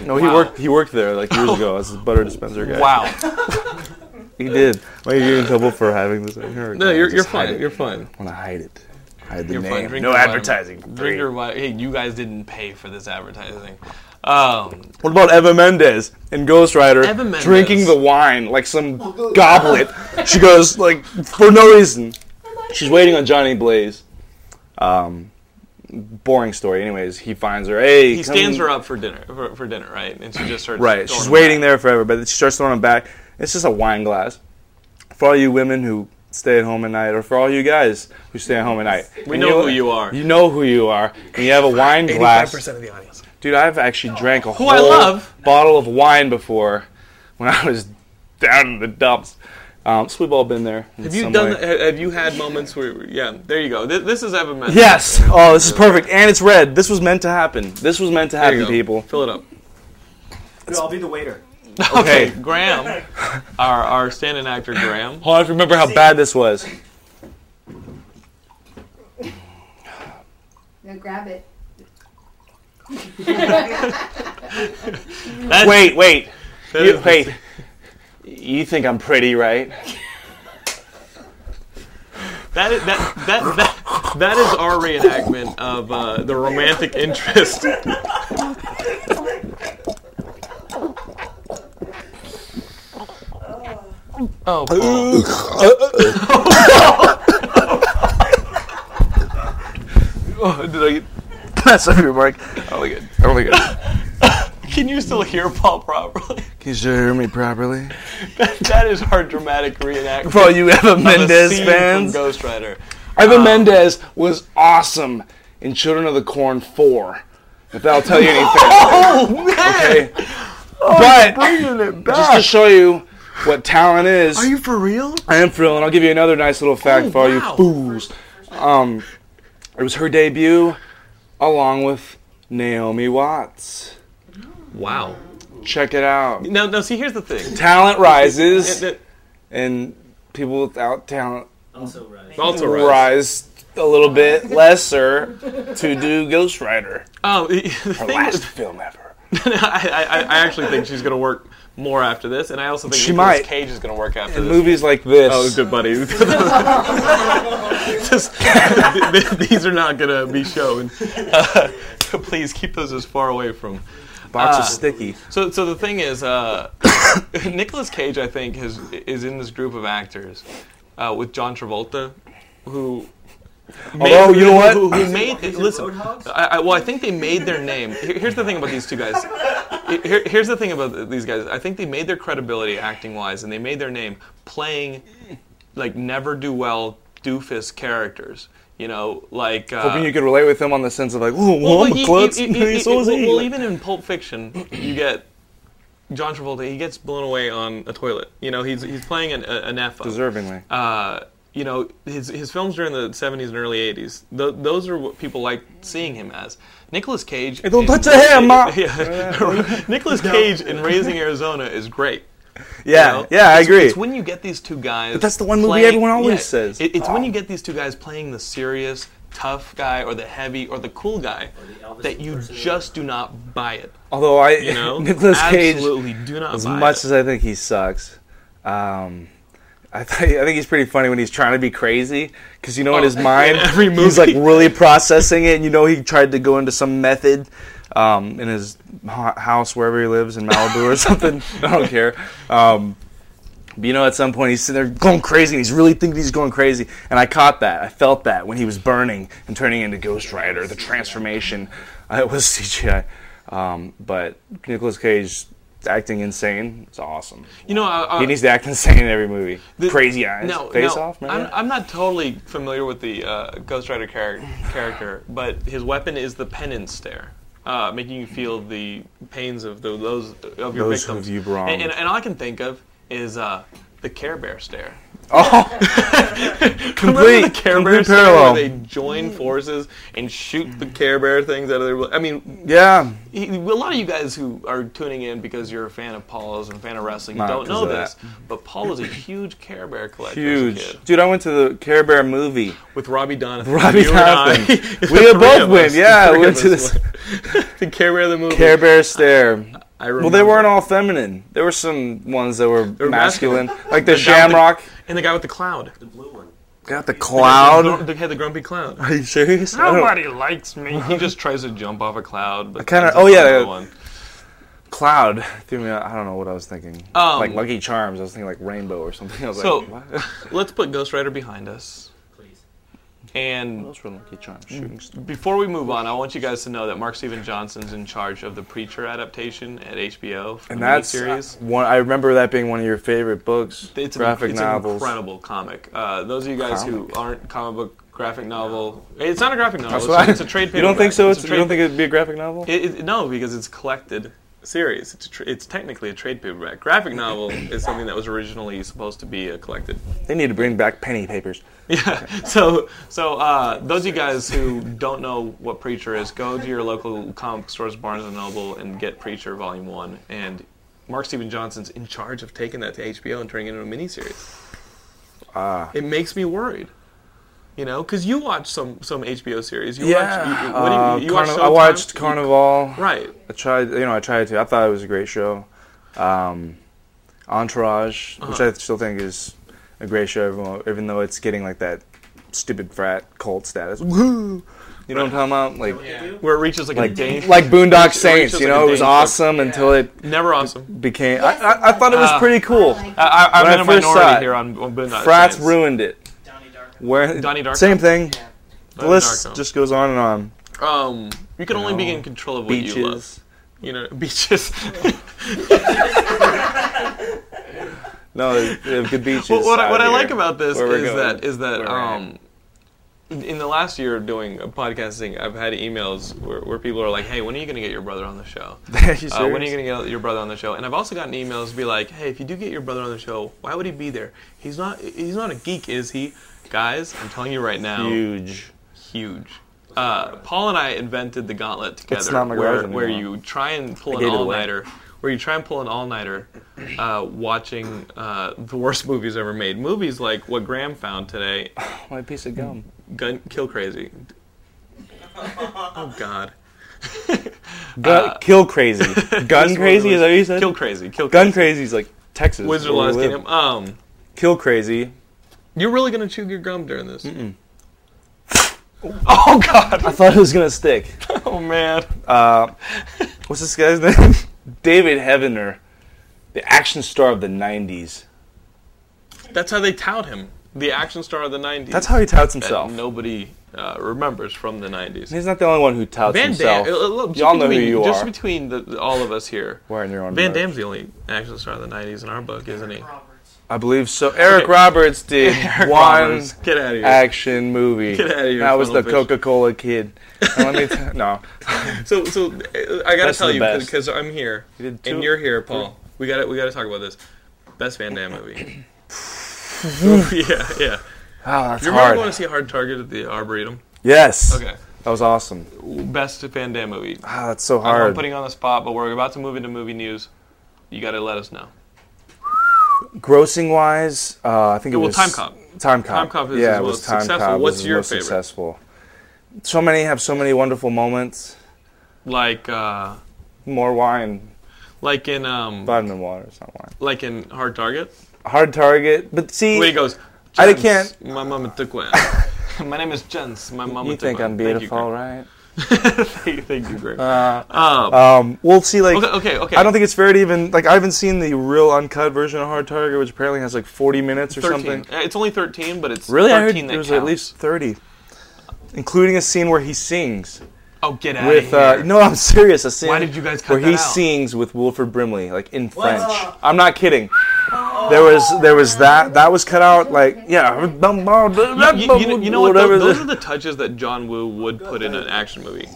S3: No, he
S2: Wow.
S3: worked. He worked there like years ago as a butter dispenser guy.
S2: wow.
S3: he did. Why are you in trouble for having this?
S2: No, you're, you're fine. You're fine.
S3: Want to hide it? Hide the
S2: You're fine.
S3: name.
S2: Drink
S3: No
S2: your vitamin-
S3: advertising.
S2: Drink your wi- Hey, you guys didn't pay for this advertising. Um,
S3: What about Eva Mendes in Ghost Rider
S2: Eva Mendes.
S3: drinking the wine like some goblet? She goes like for no reason. She's waiting on Johnny Blaze. Um, boring story. Anyways, he finds her. Hey,
S2: he stands her up for dinner. For, for dinner, right? And she just starts.
S3: Right.
S2: throwing
S3: She's
S2: him
S3: waiting
S2: back.
S3: there forever, but she starts throwing it back. It's just a wine glass. For all you women who stay at home at night, or for all you guys who stay at home at night,
S2: We
S3: and
S2: know who you are.
S3: You know who you are. And you have a wine glass.
S2: 85% of the audience.
S3: Dude, I've actually drank a whole
S2: I love.
S3: bottle of wine before when I was down in the dumps. Um, so we've all been there. in
S2: Have you
S3: some
S2: done?
S3: way.
S2: that- ha- Have you had moments where? Yeah, there you go. Th- This is Evan. Mendes.
S3: Yes. Oh, this is perfect, and it's red. This was meant to happen. This was meant to
S2: There you
S3: happen,
S2: go.
S3: people.
S2: Fill it up.
S4: Dude, I'll be the waiter.
S3: Okay.
S2: Graham, our our stand-in actor Graham.
S3: Hold on, I have to remember how bad this was.
S5: Now grab it.
S2: That's-
S3: Wait, wait.
S2: that
S3: You,
S2: is-
S3: wait. You think I'm pretty, right?
S2: That is, that, that, that, that is our reenactment of uh, the romantic interest. Oh, Paul.
S3: Oh, did I get mess up your mark? Oh my god. Oh my god.
S2: Can you still hear Paul properly?
S3: Can you still hear me properly?
S2: That is our dramatic reenactment.
S3: For all you Eva
S2: of a
S3: Mendes
S2: scene
S3: fans.
S2: From Ghost Rider.
S3: Eva
S2: Um,
S3: Mendes was awesome in Children of the Corn 4. If that'll tell you anything.
S2: Oh,
S3: Okay. but just to show you what talent is.
S2: Are you for real?
S3: I am thrilled, and I'll give you another nice little fact
S2: Oh,
S3: for all
S2: wow.
S3: you fools. Um, it was her debut, along with Naomi Watts.
S2: Wow.
S3: Check it out.
S2: Now, now, see, here's the thing.
S3: Talent rises,
S2: It-
S3: and people without talent
S4: Also, right.
S2: it also
S3: rise.
S2: rise.
S3: a little bit lesser to do Ghost Rider,
S2: Um, the thing
S3: last
S2: is,
S3: film ever.
S2: I, I, I actually think she's going to work more after this, and I also think
S3: She
S2: Nicolas
S3: might.
S2: Cage is going to work after
S3: In
S2: this.
S3: movies like this,
S2: Oh, good buddy. Just- th- th- these are not going to be shown. Uh, please keep those as far away from.
S3: box
S2: uh,
S3: of sticky.
S2: So, so the thing is, uh, Nicolas Cage, I think, has, is in this group of actors uh, with John Travolta, who.
S3: Although, Oh, you know what?
S2: Who, who made listen?
S4: Roadhogs?
S2: I, I, well, I think they made their name. Here- Here's the thing about these two guys. Here, here's the thing about these guys. I think they made their credibility acting wise, and they made their name playing like never do well doofus characters. You know, like uh,
S3: Hoping you could relate with him on the sense of like, oh, well,
S2: well,
S3: I'm
S2: but
S3: a
S2: you-
S3: klutz.
S2: you- you- you-
S3: so is
S2: well,
S3: he.
S2: well,
S3: Like,
S2: even in Pulp Fiction, you get John Travolta. He gets blown away on a toilet. You know, he's he's playing an, a- an F.
S3: deservingly.
S2: Uh, you know, his his films during the '70s and early '80s. Th- those are what people like seeing him as. Nicolas Cage.
S3: don't
S2: in-
S3: touch the hair, Ma!
S2: Yeah. Nicolas Cage in Raising Arizona is great.
S3: yeah,
S2: You know?
S3: yeah, I
S2: It's-
S3: agree.
S2: It's when you get these two guys. But
S3: that's the one movie everyone always says. Ah.
S2: It, it's when you get these two guys playing the serious, tough guy, or the heavy, or the cool guy,
S4: the Elvis
S2: that you
S4: impersonator.
S2: just do not buy it.
S3: Although I,
S2: You know,
S3: Nicholas Cage,
S2: absolutely do not
S3: as
S2: buy
S3: much
S2: it.
S3: as I think he sucks, um, I, th- I think he's pretty funny when he's trying to be crazy because you know in his mind
S2: Oh, every
S3: he's like
S2: movie.
S3: really processing it. And you know he tried to go into some method um, in his ho- house wherever he lives in Malibu or something. I don't care. Um, but you know, at some point he's sitting there going crazy, and he's really thinking he's going crazy. And I caught that. I felt that when he was burning and turning into Ghost Rider, the transformation. Uh, It was CGI. Um, but Nicolas Cage acting insane is awesome.
S2: You know, I, I,
S3: He needs to act insane in every movie.
S2: Uh, the-
S3: Crazy eyes.
S2: No,
S3: Face
S2: no,
S3: off, man.
S2: I'm, I'm not totally familiar with the uh, Ghost Rider char- character, but his weapon is the penance stare. Uh, making you feel the pains of the, those of your
S3: Those
S2: victims.
S3: who you've wronged.
S2: And, and, and all I can think of is uh, the Care Bear stare. Remember the
S3: complete,
S2: Care Bear
S3: complete
S2: stare where
S3: parallel.
S2: they join forces and shoot the Care Bear things out of their. I mean,
S3: yeah.
S2: he, a lot of you guys who are tuning in because you're a fan of Paul's and a fan of wrestling
S3: Not
S2: don't
S3: 'cause
S2: know
S3: of that.
S2: this, but Paul was a huge Care Bear collector. as a
S3: Huge.
S2: kid.
S3: Dude, I went to the Care Bear movie.
S2: with Robbie Donovan.
S3: Robbie
S2: You and I.
S3: Donovan.
S2: The
S3: We had
S2: three
S3: both
S2: of
S3: went,
S2: us.
S3: yeah,
S2: The
S3: we
S2: three
S3: went
S2: of
S3: to
S2: us went. the Care Bear the movie.
S3: Care Bear stare.
S2: I
S3: well, they
S2: remember.
S3: weren't all feminine. There were some ones that were,
S2: were masculine.
S3: masculine, like the
S2: guy with the-
S3: Shamrock.
S2: and the guy with the cloud.
S4: The blue one.
S3: Got the
S2: The,
S3: cloud.
S2: the, had the grumpy cloud.
S3: Are you serious? I don't-
S2: Nobody likes me. He just tries to jump off a cloud. But
S3: kinda-
S2: ends
S3: oh,
S2: up
S3: yeah,
S2: on the
S3: yeah.
S2: one.
S3: Cloud threw me. Out. I don't know what I was thinking.
S2: Um,
S3: like Lucky Charms. I was thinking like Rainbow or something. I was
S2: So-
S3: like, what?
S2: Let's put Ghost Rider behind us.
S4: Please.
S2: And
S3: Those were Lucky Charms
S2: Mm.
S3: shooting stars.
S2: before we move on, I want you guys to know that Mark Steven Johnson's in charge of the Preacher adaptation at HBO for
S3: And
S2: the
S3: that's uh,
S2: series.
S3: one. I remember that being one of your favorite books.
S2: It's an-
S3: graphic
S2: it's
S3: novels.
S2: an incredible comic. Uh, those of you guys who aren't comic book graphic novel, it's not a graphic novel.
S3: That's
S2: It's,
S3: what
S2: a-
S3: I-
S2: it's a trade paperback.
S3: You don't think so?
S2: It's
S3: It's,
S2: a
S3: you
S2: trade
S3: don't think it'd be a graphic novel?
S2: It, it, no, because it's a collected series. It's, a tr it's technically a trade paperback. Graphic novel is something that was originally supposed to be a collected.
S3: they need to bring back penny papers.
S2: Yeah. So, so uh, those of you guys who don't know what Preacher is, go to your local comic stores, Barnes and Noble, and get Preacher Volume One. And Mark Steven Johnson's in charge of taking that to HBO and turning it into a miniseries. Ah. It makes me worried. You know, because you watch some some HBO series. You Watch, you, you- what do you-
S3: Uh,
S2: you watch
S3: Carniv-
S2: Showtime?
S3: I watched
S2: You-
S3: Carnival.
S2: Right.
S3: I tried, you know, I tried to. I thought it was a great show. Um, Entourage,
S2: Uh-huh.
S3: which I still think is a great show, even though, even though it's getting like that stupid frat cult status. Woo! You know what I'm talking about? Like,
S2: Where it reaches like, a
S3: like,
S2: Dane.
S3: like Boondock Saints.
S2: just
S3: You
S2: like
S3: know,
S2: a
S3: it was
S2: Dane
S3: awesome until it
S2: Never awesome.
S3: became. I, I, I thought it
S2: Ah.
S3: was pretty cool.
S2: I, I, I'm
S3: When I
S2: in a
S3: first
S2: minority
S3: saw it,
S2: here on, on Boondock
S3: Frats
S2: Saints.
S3: ruined it.
S4: Donnie Darko.
S3: Where
S2: Donnie Darko.
S3: Same thing. The
S2: Donnie
S3: list
S2: Darko.
S3: just goes on and on.
S2: Um, you can only be
S3: know,
S2: in control of what you love.
S3: Beaches.
S2: You know, beaches.
S3: No, they have good beaches.
S2: Well, what I,
S3: out
S2: what I
S3: here
S2: like about this
S3: where we're
S2: is
S3: going,
S2: that is that
S3: where we're at.
S2: um, in the last year of doing uh, podcasting, I've had emails where, where people are like, "Hey, when are you going to get your brother on the show?
S3: Are you
S2: uh, when are
S3: serious?
S2: you going to get your brother on the show?" And I've also gotten emails to be like, "Hey, if you do get your brother on the show, why would he be there? He's not. He's not a geek, is he?" Guys, I'm telling you right now,
S3: huge.
S2: huge. Uh, Paul and I invented the gauntlet together,
S3: not my garage
S2: where,
S3: anymore.
S2: where you try and pull
S3: gave
S2: an
S3: it away.
S2: all-nighter, where you try and pull an all-nighter, uh, watching uh, the worst movies ever made. Movies like what Graham found today,
S3: My Oh, piece of gum.
S2: Gun Kill Crazy. Oh God,
S3: Gun,
S2: Uh,
S3: kill crazy. Gun crazy is that what you said?
S2: Kill Crazy, Kill
S3: Gun
S2: Crazy,
S3: crazy is like Texas.
S2: Wizard of
S3: where we
S2: Oz
S3: live.
S2: Kingdom. Um,
S3: Kill crazy.
S2: you're really gonna chew your gum during this?
S3: Oh God! I thought it was gonna stick.
S2: Oh man,
S3: Uh, What's this guy's name? David Heavener, the action star of the '90s.
S2: that's how they tout him, the action star of the '90s.
S3: That's how he touts
S2: that
S3: himself.
S2: nobody uh, remembers from the '90s.
S3: He's not the only one who touts
S2: Van Damme.
S3: himself.
S2: uh, look, just
S3: Y'all know who
S2: between-
S3: you
S2: Just
S3: are.
S2: between the, the- all of us here,
S3: Wearing your own
S2: Van
S3: merch.
S2: Damme's the only action star of the '90s in our book, isn't he?
S4: Roberts.
S3: I believe so. Eric
S2: Okay.
S3: Roberts did
S2: Eric
S3: one
S2: Roberts, get outta here.
S3: action movie.
S2: Get outta here,
S3: That was
S2: funnel
S3: the
S2: fish.
S3: Coca-Cola kid. Now let me t- no.
S2: So, so uh, I gotta
S3: Best of
S2: tell
S3: the
S2: you
S3: best.
S2: because I'm here
S3: did two-
S2: and you're here, Paul. We gotta we gotta talk about this. Best Van Damme movie. yeah, yeah.
S3: Oh, that's
S2: You remember
S3: hard.
S2: going to see Hard Target at the Arboretum?
S3: Yes.
S2: Okay.
S3: That was awesome.
S2: Best Van Damme movie.
S3: Ah, that's so
S2: I know I'm
S3: hard.
S2: putting you on the spot, but we're about to move into movie news. You gotta let us know.
S3: Grossing wise, uh, I think it
S2: Well,
S3: was
S2: Time Cop.
S3: Time Cop.
S2: Time Cop is
S3: yeah,
S2: his
S3: it was
S2: most
S3: Time
S2: successful.
S3: Cop.
S2: What's
S3: was his
S2: your
S3: most
S2: favorite?
S3: successful? So many have so many wonderful moments.
S2: Like, uh,
S3: More wine,
S2: like in um,
S3: vitamin water. It's not wine.
S2: like in Hard Target.
S3: Hard target, but see,
S2: Where he goes,
S3: I
S2: "Jens,
S3: can't-
S2: My mama took one. my name is Jens. My mama
S3: you
S2: took
S3: think I'm
S2: one." Thank you,
S3: beautiful, right? Uh,
S2: Greg. Thank you, Greg. Uh,
S3: Um, well, see, like,
S2: Okay, okay, okay.
S3: I don't think it's fair to even like. I haven't seen the real uncut version of Hard Target, which apparently has like 40 minutes or
S2: 13.
S3: something.
S2: Uh, It's only 13, but it's
S3: Really, I
S2: 13
S3: heard
S2: that
S3: there was
S2: counts.
S3: at least 30, including a scene where he sings.
S2: Oh, get out
S3: with
S2: of
S3: uh,
S2: here.
S3: no, I'm serious. A scene
S2: Why did you guys cut
S3: where
S2: that
S3: he
S2: out?
S3: sings with Wilford Brimley, like in French.
S4: What?
S3: I'm not kidding. There was there was that that was cut out. Like yeah,
S2: You- you, you- you know what?
S3: whatever
S2: Those, those
S3: the-
S2: are the touches that John Woo would put in an action movie.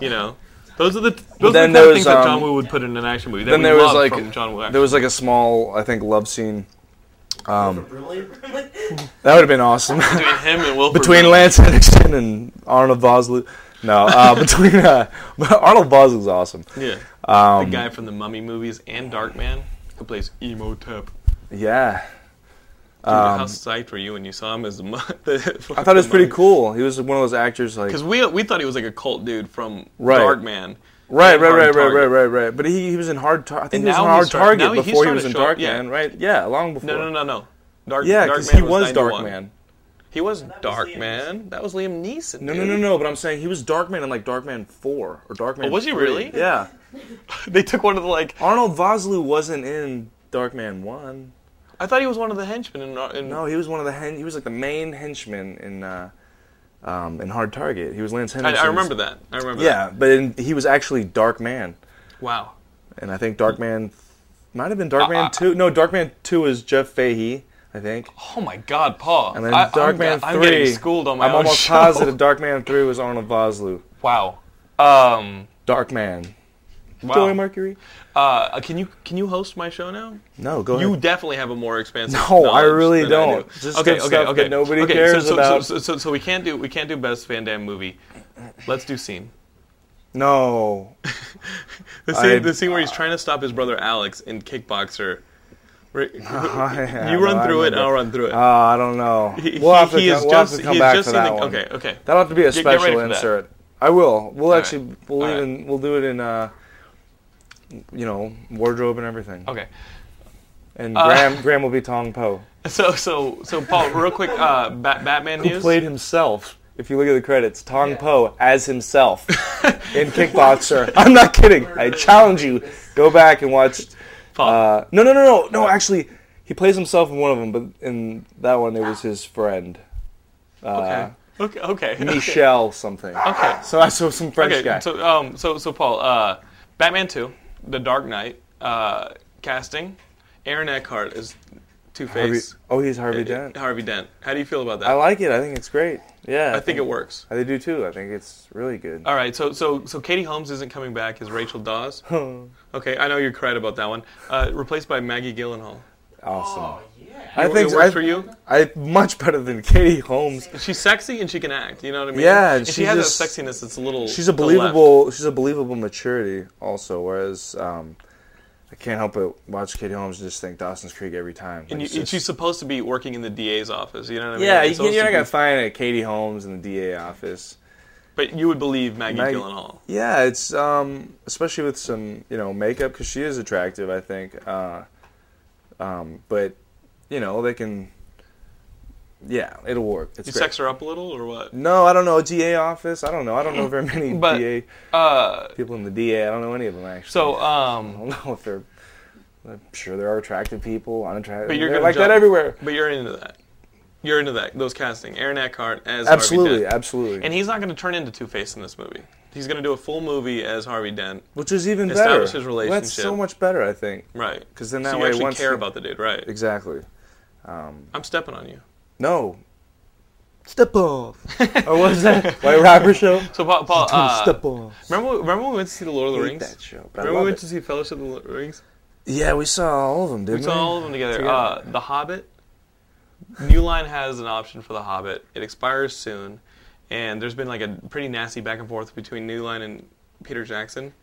S2: You know, those are the those are
S3: then
S2: the kind
S3: there
S2: of things
S3: was,
S2: that John
S3: um,
S2: Woo would put in an action movie. That
S3: then
S2: we
S3: there was
S2: love
S3: like
S2: from John Woo.
S3: there was like a small I think love scene. Um,
S4: Really?
S3: That would have been awesome.
S2: between him and Wilford.
S3: between
S2: Brimley.
S3: Lance Henriksen and Arnold Vosloo. No, uh, between uh, Arnold Vosloo's awesome.
S2: yeah,
S3: Um,
S2: the guy from the Mummy movies and Dark Man who plays Emotep.
S3: Yeah,
S2: Dude, how psyched were you when you saw him as the? mu- the
S3: Um, I thought it was pretty cool. He was one of those actors like
S2: because we we thought he was like a cult dude from
S3: Right.
S2: Dark Man.
S3: Right, right,
S2: Hard
S3: right, right,
S2: Target.
S3: right, right, right. But he, he was in hard. Tar- I
S2: And
S3: think he was in
S2: now
S3: hard
S2: he's start-
S3: target
S2: now he's
S3: before he
S2: starting
S3: was
S2: to
S3: in
S2: show up,
S3: Dark
S2: yeah.
S3: Man, right? Yeah, long before.
S2: No, no, no, no. Dark,
S3: Yeah,
S2: Dark
S3: because he
S2: Man
S3: was Dark
S2: 91.
S3: Man.
S2: He was
S4: was
S2: Dark
S4: Liam
S2: Man. That was Liam Neeson.
S3: No, no,
S2: dude.
S3: no, no. But I'm saying he was Dark Man in like Dark Man Four or Dark Man.
S2: Oh, was he
S3: 3.
S2: really?
S3: Yeah.
S2: They took one of the like.
S3: Arnold Vosloo wasn't in Dark Man One.
S2: I thought he was one of the henchmen in. in
S3: No, he was one of the hen- he was like the main henchman in uh, um, in Hard Target. He was Lance
S2: I,
S3: Henriksen.
S2: I remember that. I remember.
S3: Yeah, but in, he was actually Dark Man,
S2: That. Wow.
S3: and I think Dark Man might have been Dark
S2: I-
S3: Man Two. No, Dark Man Two is Jeff Fahey, I think.
S2: Oh my God, Paul.
S3: And then
S2: I, I'm,
S3: Darkman
S2: I'm
S3: Three.
S2: getting schooled on my
S3: I'm
S2: own
S3: almost
S2: show.
S3: positive Darkman Three was Arnold Vosloo.
S2: Wow. Um.
S3: Darkman.
S2: Wow.
S3: Joey Mercury.
S2: Uh, can you can you host my show now?
S3: No, go
S2: You
S3: ahead.
S2: definitely have a more expansive.
S3: No, I
S2: knowledge
S3: really
S2: than I
S3: don't.
S2: do.
S3: Just good stuff that nobody
S2: okay,
S3: cares
S2: so, so,
S3: about.
S2: So, so, so we can't do we can't do best Van Damme movie. Let's do scene.
S3: no.
S2: The scene,
S3: I-
S2: the scene where he's trying to stop his brother Alex in Kickboxer. Where-
S3: Yeah,
S2: you
S3: no,
S2: run
S3: I
S2: through it, and I'll
S3: remember.
S2: run through it.
S3: Oh, I don't know.
S2: He-
S3: We'll
S2: he-
S3: have to,
S2: he
S3: co-
S2: is
S3: we'll have
S2: just-
S3: to
S2: he
S3: come
S2: is
S3: back
S2: just
S3: for
S2: in
S3: that
S2: the-
S3: one.
S2: okay, okay.
S3: That'll have to be a
S2: Get- get ready
S3: special
S2: for that.
S3: insert. I will. We'll actually we'll
S2: All right.
S3: even we'll do it in uh you know, wardrobe and everything.
S2: Okay. Uh,
S3: And Graham Graham will be Tong Po.
S2: So so so Paul, real quick, uh, Bat- Batman
S3: Who
S2: news.
S3: played himself. If you look at the credits, Tong Po as himself in Kickboxer. I'm not kidding. I challenge you. Go back and watch.
S2: Paul.
S3: Uh, no, no, no, no, no. Actually, he plays himself in one of them, but in that one it
S2: Ah.
S3: was his friend
S2: okay. Okay. Okay. okay.
S3: Michelle something.
S2: Okay.
S3: So I saw some French
S2: Okay.
S3: guy.
S2: So um so so Paul, uh, Batman Two, The Dark Knight, uh, casting, Aaron Eckhart is Two
S3: Harvey-
S2: Face.
S3: oh, he's Harvey Dent.
S2: Harvey Dent. How do you feel about that?
S3: I like it. I think it's great. Yeah,
S2: I think it works.
S3: I do too. I think it's really good.
S2: All right, so so so Katie Holmes isn't coming back as Rachel Dawes.
S3: Hmm.
S2: okay, I know you're cried about that one. Uh, replaced by Maggie Gyllenhaal.
S3: Awesome.
S4: yeah.
S3: I
S2: It-
S3: think
S2: it works
S3: I,
S2: for you?
S3: I much better than Katie Holmes.
S2: She's sexy and she can act. You know what I mean?
S3: Yeah,
S2: and she,
S3: she
S2: has
S3: just-
S2: that sexiness that's a little.
S3: she's a
S2: to the left.
S3: believable she's a believable maturity also whereas um, i can't help but watch katie holmes and just think dawson's creek every time
S2: And
S3: Like,
S2: you,
S3: it's just-
S2: she's supposed to be working in the DA's office. You know what I mean?
S3: yeah
S2: Like,
S3: you,
S2: so
S3: you're not
S2: she-
S3: gonna find a katie holmes in the da office
S2: But you would believe Maggie,
S3: Maggie-
S2: Gyllenhaal.
S3: yeah it's um, especially with some you know makeup because she is attractive i think uh, um, but you know they can yeah it'll work it's
S2: You
S3: great.
S2: sex her up a little or what?
S3: no i don't know da office i don't know i don't know very many
S2: But,
S3: da
S2: Uh,
S3: people in the da i don't know any of them actually
S2: so um,
S3: I don't know if they're. I'm sure there are attractive people, unattractive.
S2: but you're
S3: they're
S2: gonna
S3: like
S2: jump.
S3: that everywhere.
S2: But you're into that. You're into that. Those casting. Aaron Eckhart as Harvey
S3: Absolutely,
S2: Dent.
S3: absolutely.
S2: And he's not going to turn into Two Face in this movie. He's going to do a full movie as Harvey Dent.
S3: Which is even better.
S2: Establish his
S3: Well, That's so
S2: relationship.
S3: much better, I think.
S2: Right.
S3: 'Cause then
S2: so
S3: that
S2: you
S3: way
S2: actually
S3: once
S2: care
S3: the-
S2: about the dude, right?
S3: Exactly.
S2: I'm stepping on you.
S3: No. Step off. or what was that? White rapper show.
S2: So Paul, Paul uh,
S3: Step off.
S2: remember when- remember when we went to see the Lord of the
S3: Hate
S2: Rings?
S3: that show, but I
S2: remember
S3: love
S2: we went
S3: it.
S2: to see Fellowship of the Lo- Rings?
S3: Yeah, we saw all of them, didn't we?
S2: We saw all of them together. Uh, the Hobbit. New Line has an option for The Hobbit. It expires soon, and there's been like a pretty nasty back and forth between New Line and Peter Jackson.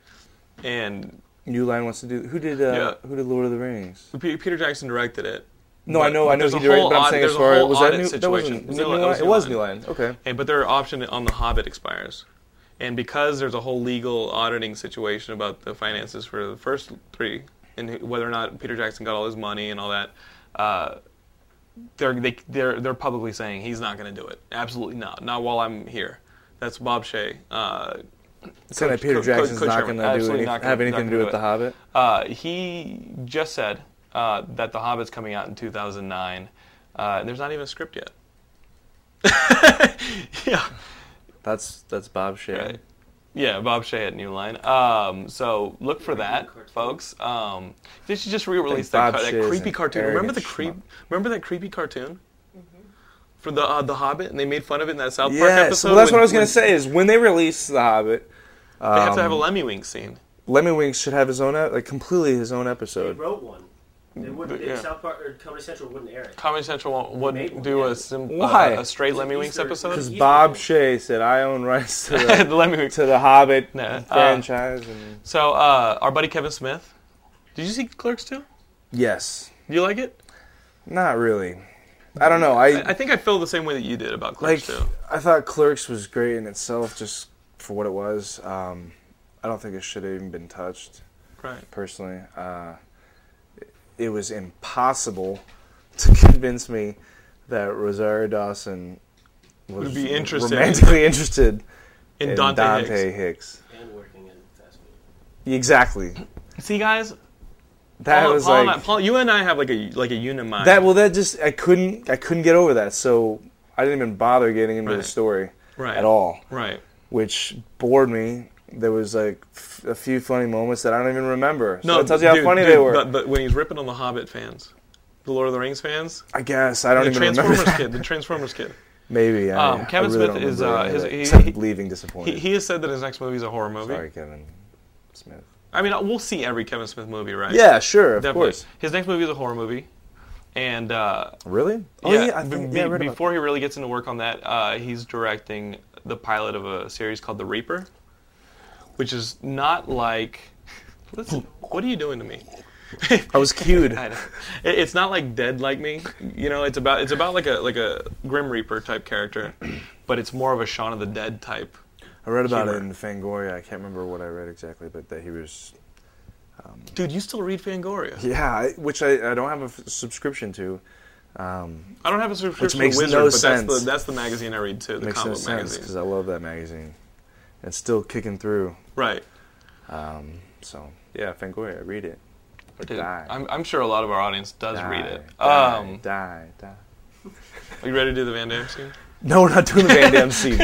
S2: And
S3: New Line wants to do. Who did? Uh,
S2: Yeah.
S3: Who did Lord of the Rings?
S2: P- Peter Jackson directed it.
S3: No, I
S2: But-
S3: know, I know
S2: there's
S3: he
S2: a
S3: directed.
S2: whole
S3: But I'm
S2: aud-
S3: saying
S2: there's
S3: as
S2: a
S3: far
S2: whole
S3: was that
S2: audit
S3: new? That wasn't,
S2: situation.
S3: was
S2: New
S3: it
S2: Line-
S3: New
S2: it was
S3: Line? It was
S2: New
S3: New Line. Okay.
S2: And, but their option on The Hobbit expires. And because there's a whole legal auditing situation about the finances for the first three, and who- whether or not Peter Jackson got all his money and all that, uh, they're, they, they're, they're publicly saying he's not going to do it. Absolutely not. Not while I'm here. That's Bob Shea. Uh,
S3: Saying that
S2: Coach-
S3: Peter
S2: Coach-
S3: Jackson's
S2: Coach
S3: not
S2: Sherman.
S3: going to do
S2: Absolutely
S3: any,
S2: not gonna-
S3: have
S2: not
S3: anything
S2: gonna
S3: to do
S2: do
S3: with
S2: it.
S3: The Hobbit.
S2: Uh, he just said uh, that The Hobbit's coming out in 2009. Uh, and there's not even a script yet. yeah.
S3: That's that's Bob Shea.
S2: Right. Yeah, Bob Shea at New Line. Um, so look for that, folks. Um, they should just re-release that,
S3: Bob
S2: car-
S3: Shea
S2: that
S3: is
S2: creepy
S3: an
S2: cartoon. Remember
S3: arrogant
S2: the creep?
S3: schmuck.
S2: Remember that creepy cartoon for the uh, the Hobbit, and they made fun of it in that South Park
S3: Yeah,
S2: episode.
S3: so that's
S2: when-
S3: what I was gonna
S2: when
S3: say Um, is when they release The Hobbit,
S2: They have to have a Lemmy Wink scene.
S3: Lemmy Winks should have his own, e- like completely his own
S4: They
S3: episode.
S4: wrote one. They wouldn't.
S2: Yeah.
S4: They, South Park or Comedy Central wouldn't air it.
S2: Comedy Central won't-
S4: made
S2: wouldn't
S4: one,
S2: do
S4: yeah.
S2: a, sim- uh,
S3: Why?
S2: a, a straight Lemmy Winks
S4: Easter-
S3: Because
S2: episode.
S3: Bob Shea said, "I own rights to
S2: the
S3: the,
S2: Lemmy Winks.
S3: to the Hobbit
S2: Nah, uh,
S3: franchise." And
S2: So uh, our buddy Kevin Smith. Did you see Clerks too?
S3: yes,
S2: You like it?
S3: not really. I don't know. I,
S2: I think I feel the same way that you did about
S3: like
S2: Clerks too.
S3: I thought Clerks was great in itself, just for what it was. Um, I don't think it should have even been touched.
S2: Right.
S3: Personally, uh, it was impossible to convince me that Rosario Dawson was
S2: Would be interested.
S3: romantically interested
S2: In
S3: in
S2: Dante,
S3: Dante,
S2: Hicks.
S3: Hicks.
S4: And working in fast food.
S3: Exactly.
S2: See, guys,
S3: That
S2: Paul,
S3: was
S2: Paul and I-
S3: like
S2: Paul, you and I have like a like a unimind.
S3: that. Well, that just I couldn't I couldn't get over that. So I didn't even bother getting into the
S2: Right.
S3: story
S2: Right.
S3: at all.
S2: right.
S3: which bored me. There was like f- a few funny moments that I don't even remember. So no, it tells you how
S2: dude,
S3: funny
S2: dude,
S3: they were.
S2: But, but when he's ripping on the Hobbit fans, the Lord of the Rings fans,
S3: I guess I don't
S2: the
S3: even remember.
S2: Transformers
S3: that.
S2: kid, the Transformers kid.
S3: Maybe. I,
S2: Um,
S3: I
S2: Kevin
S3: really
S2: Smith
S3: don't
S2: is,
S3: remember
S2: uh,
S3: any of
S2: his-
S3: it,
S2: he-
S3: except
S2: he-
S3: leaving disappointed.
S2: He, he has said that his next movie is a horror movie.
S3: Sorry, Kevin Smith.
S2: I mean, we'll see every Kevin Smith movie, right?
S3: Yeah, sure, of
S2: Definitely.
S3: course.
S2: His next movie is a horror movie, and uh,
S3: Really? Oh
S2: yeah,
S3: yeah, I
S2: be-
S3: think,
S2: be-
S3: yeah, I read about
S2: before he really gets into work on that, uh, he's directing the pilot of a series called The Reaper, which is not like. Listen, what are you doing to me?
S3: that. I was cued.
S2: I know. It- It's not like Dead Like Me, you know. It's about it's about like a like a Grim Reaper type character, but it's more of a Shaun of the Dead type.
S3: I read about it
S2: Humor.
S3: in Fangoria. I can't remember what I read exactly, but that he was.
S2: Dude, you still read Fangoria?
S3: Yeah, I, which I, I don't have a f- subscription to. Um,
S2: I don't have a subscription
S3: makes
S2: to Wizard,
S3: no
S2: but that's
S3: sense.
S2: the that's the magazine I read too, the
S3: makes no
S2: comic
S3: sense
S2: magazine.
S3: because I love that magazine. It's still kicking through.
S2: Right.
S3: So yeah, Fangoria, read it. Or
S2: Dude,
S3: die.
S2: I'm, I'm sure a lot of our audience does
S3: die,
S2: read it.
S3: Die,
S2: Um,
S3: die, die.
S2: are you ready to do the Van Damme scene?
S3: No, we're not doing the Van Damme scene.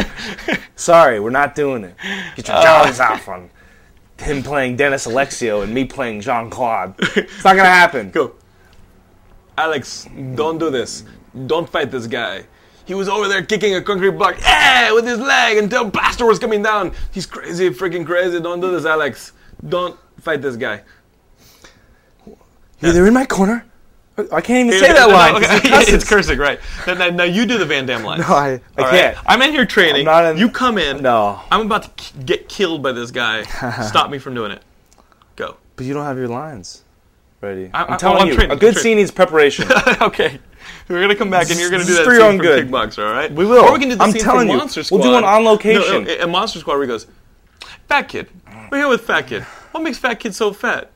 S3: Sorry, we're not doing it. Get
S2: Uh,
S3: your jollies off on him playing Dennis Alexio and me playing Jean Claude. It's not gonna happen.
S2: Go. Alex, don't do this. Don't fight this guy. He was over there kicking a concrete block eh, with his leg until Blaster was coming down. He's crazy, freaking crazy. Don't do this, Alex. Don't fight this guy.
S3: You're in my corner. I can't even
S2: Yeah,
S3: say that
S2: no,
S3: line.
S2: okay.
S3: 'cause it
S2: it's
S3: cusses.
S2: cursing, right? Now, now, now you do the Van Damme line.
S3: No, I, I can't.
S2: I'm in here training.
S3: I'm not in-
S2: you come in.
S3: No.
S2: I'm about to k- get killed by this guy. Stop me from doing it. Go.
S3: But you don't have your lines ready.
S2: I-
S3: I'm
S2: I-
S3: telling
S2: I'm
S3: you,
S2: training,
S3: a
S2: I'm
S3: good
S2: training.
S3: scene needs preparation.
S2: okay. We're gonna come back and you're gonna do
S3: Just
S2: that
S3: for
S2: scene
S3: your own
S2: from
S3: good.
S2: Kickboxer, all right?
S3: We will.
S2: Or we can do the
S3: I'm
S2: scene
S3: telling
S2: from
S3: you.
S2: Monster Squad.
S3: We'll do one on
S2: No,
S3: location.
S2: No, in Monster Squad, where he goes, "Fat kid, we're here with fat kid. What makes fat kid so fat?"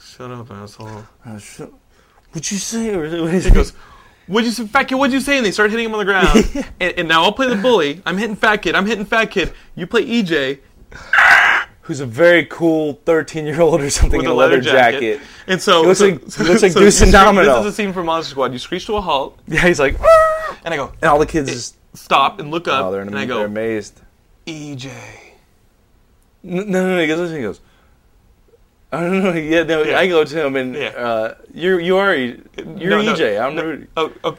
S2: Shut up, asshole.
S3: Oh, shit. What'd you say? Or what is
S2: He goes, "What'd you say, fat kid? What'd you say?" And they start hitting him on the ground. and, and now I'll play the bully. I'm hitting fat kid. I'm hitting fat kid. You play E EJ
S3: who's a very cool 13 year old or something
S2: with
S3: in
S2: a
S3: a leather, jacket.
S2: And so
S3: He looks
S2: so-
S3: like- he looks like Deuce
S2: you
S3: and
S2: screech-
S3: Domino.
S2: This is a scene from Monster Squad. You screech to a halt,
S3: Yeah, he's like, "Ah!"
S2: and I go,
S3: and all the kids just
S2: "Stop!" and look up,
S3: oh, they're, in
S2: and I
S3: they're
S2: go, "E
S3: amazed.
S2: "EJ."
S3: No, no, no. He goes, listen, he goes. I don't know. Yeah, no.
S2: Yeah.
S3: I go to him and
S2: Yeah.
S3: uh, you're you are E- you're
S2: No, no,
S3: EJ. I'm
S2: no,
S3: Rudy.
S2: Oh, oh,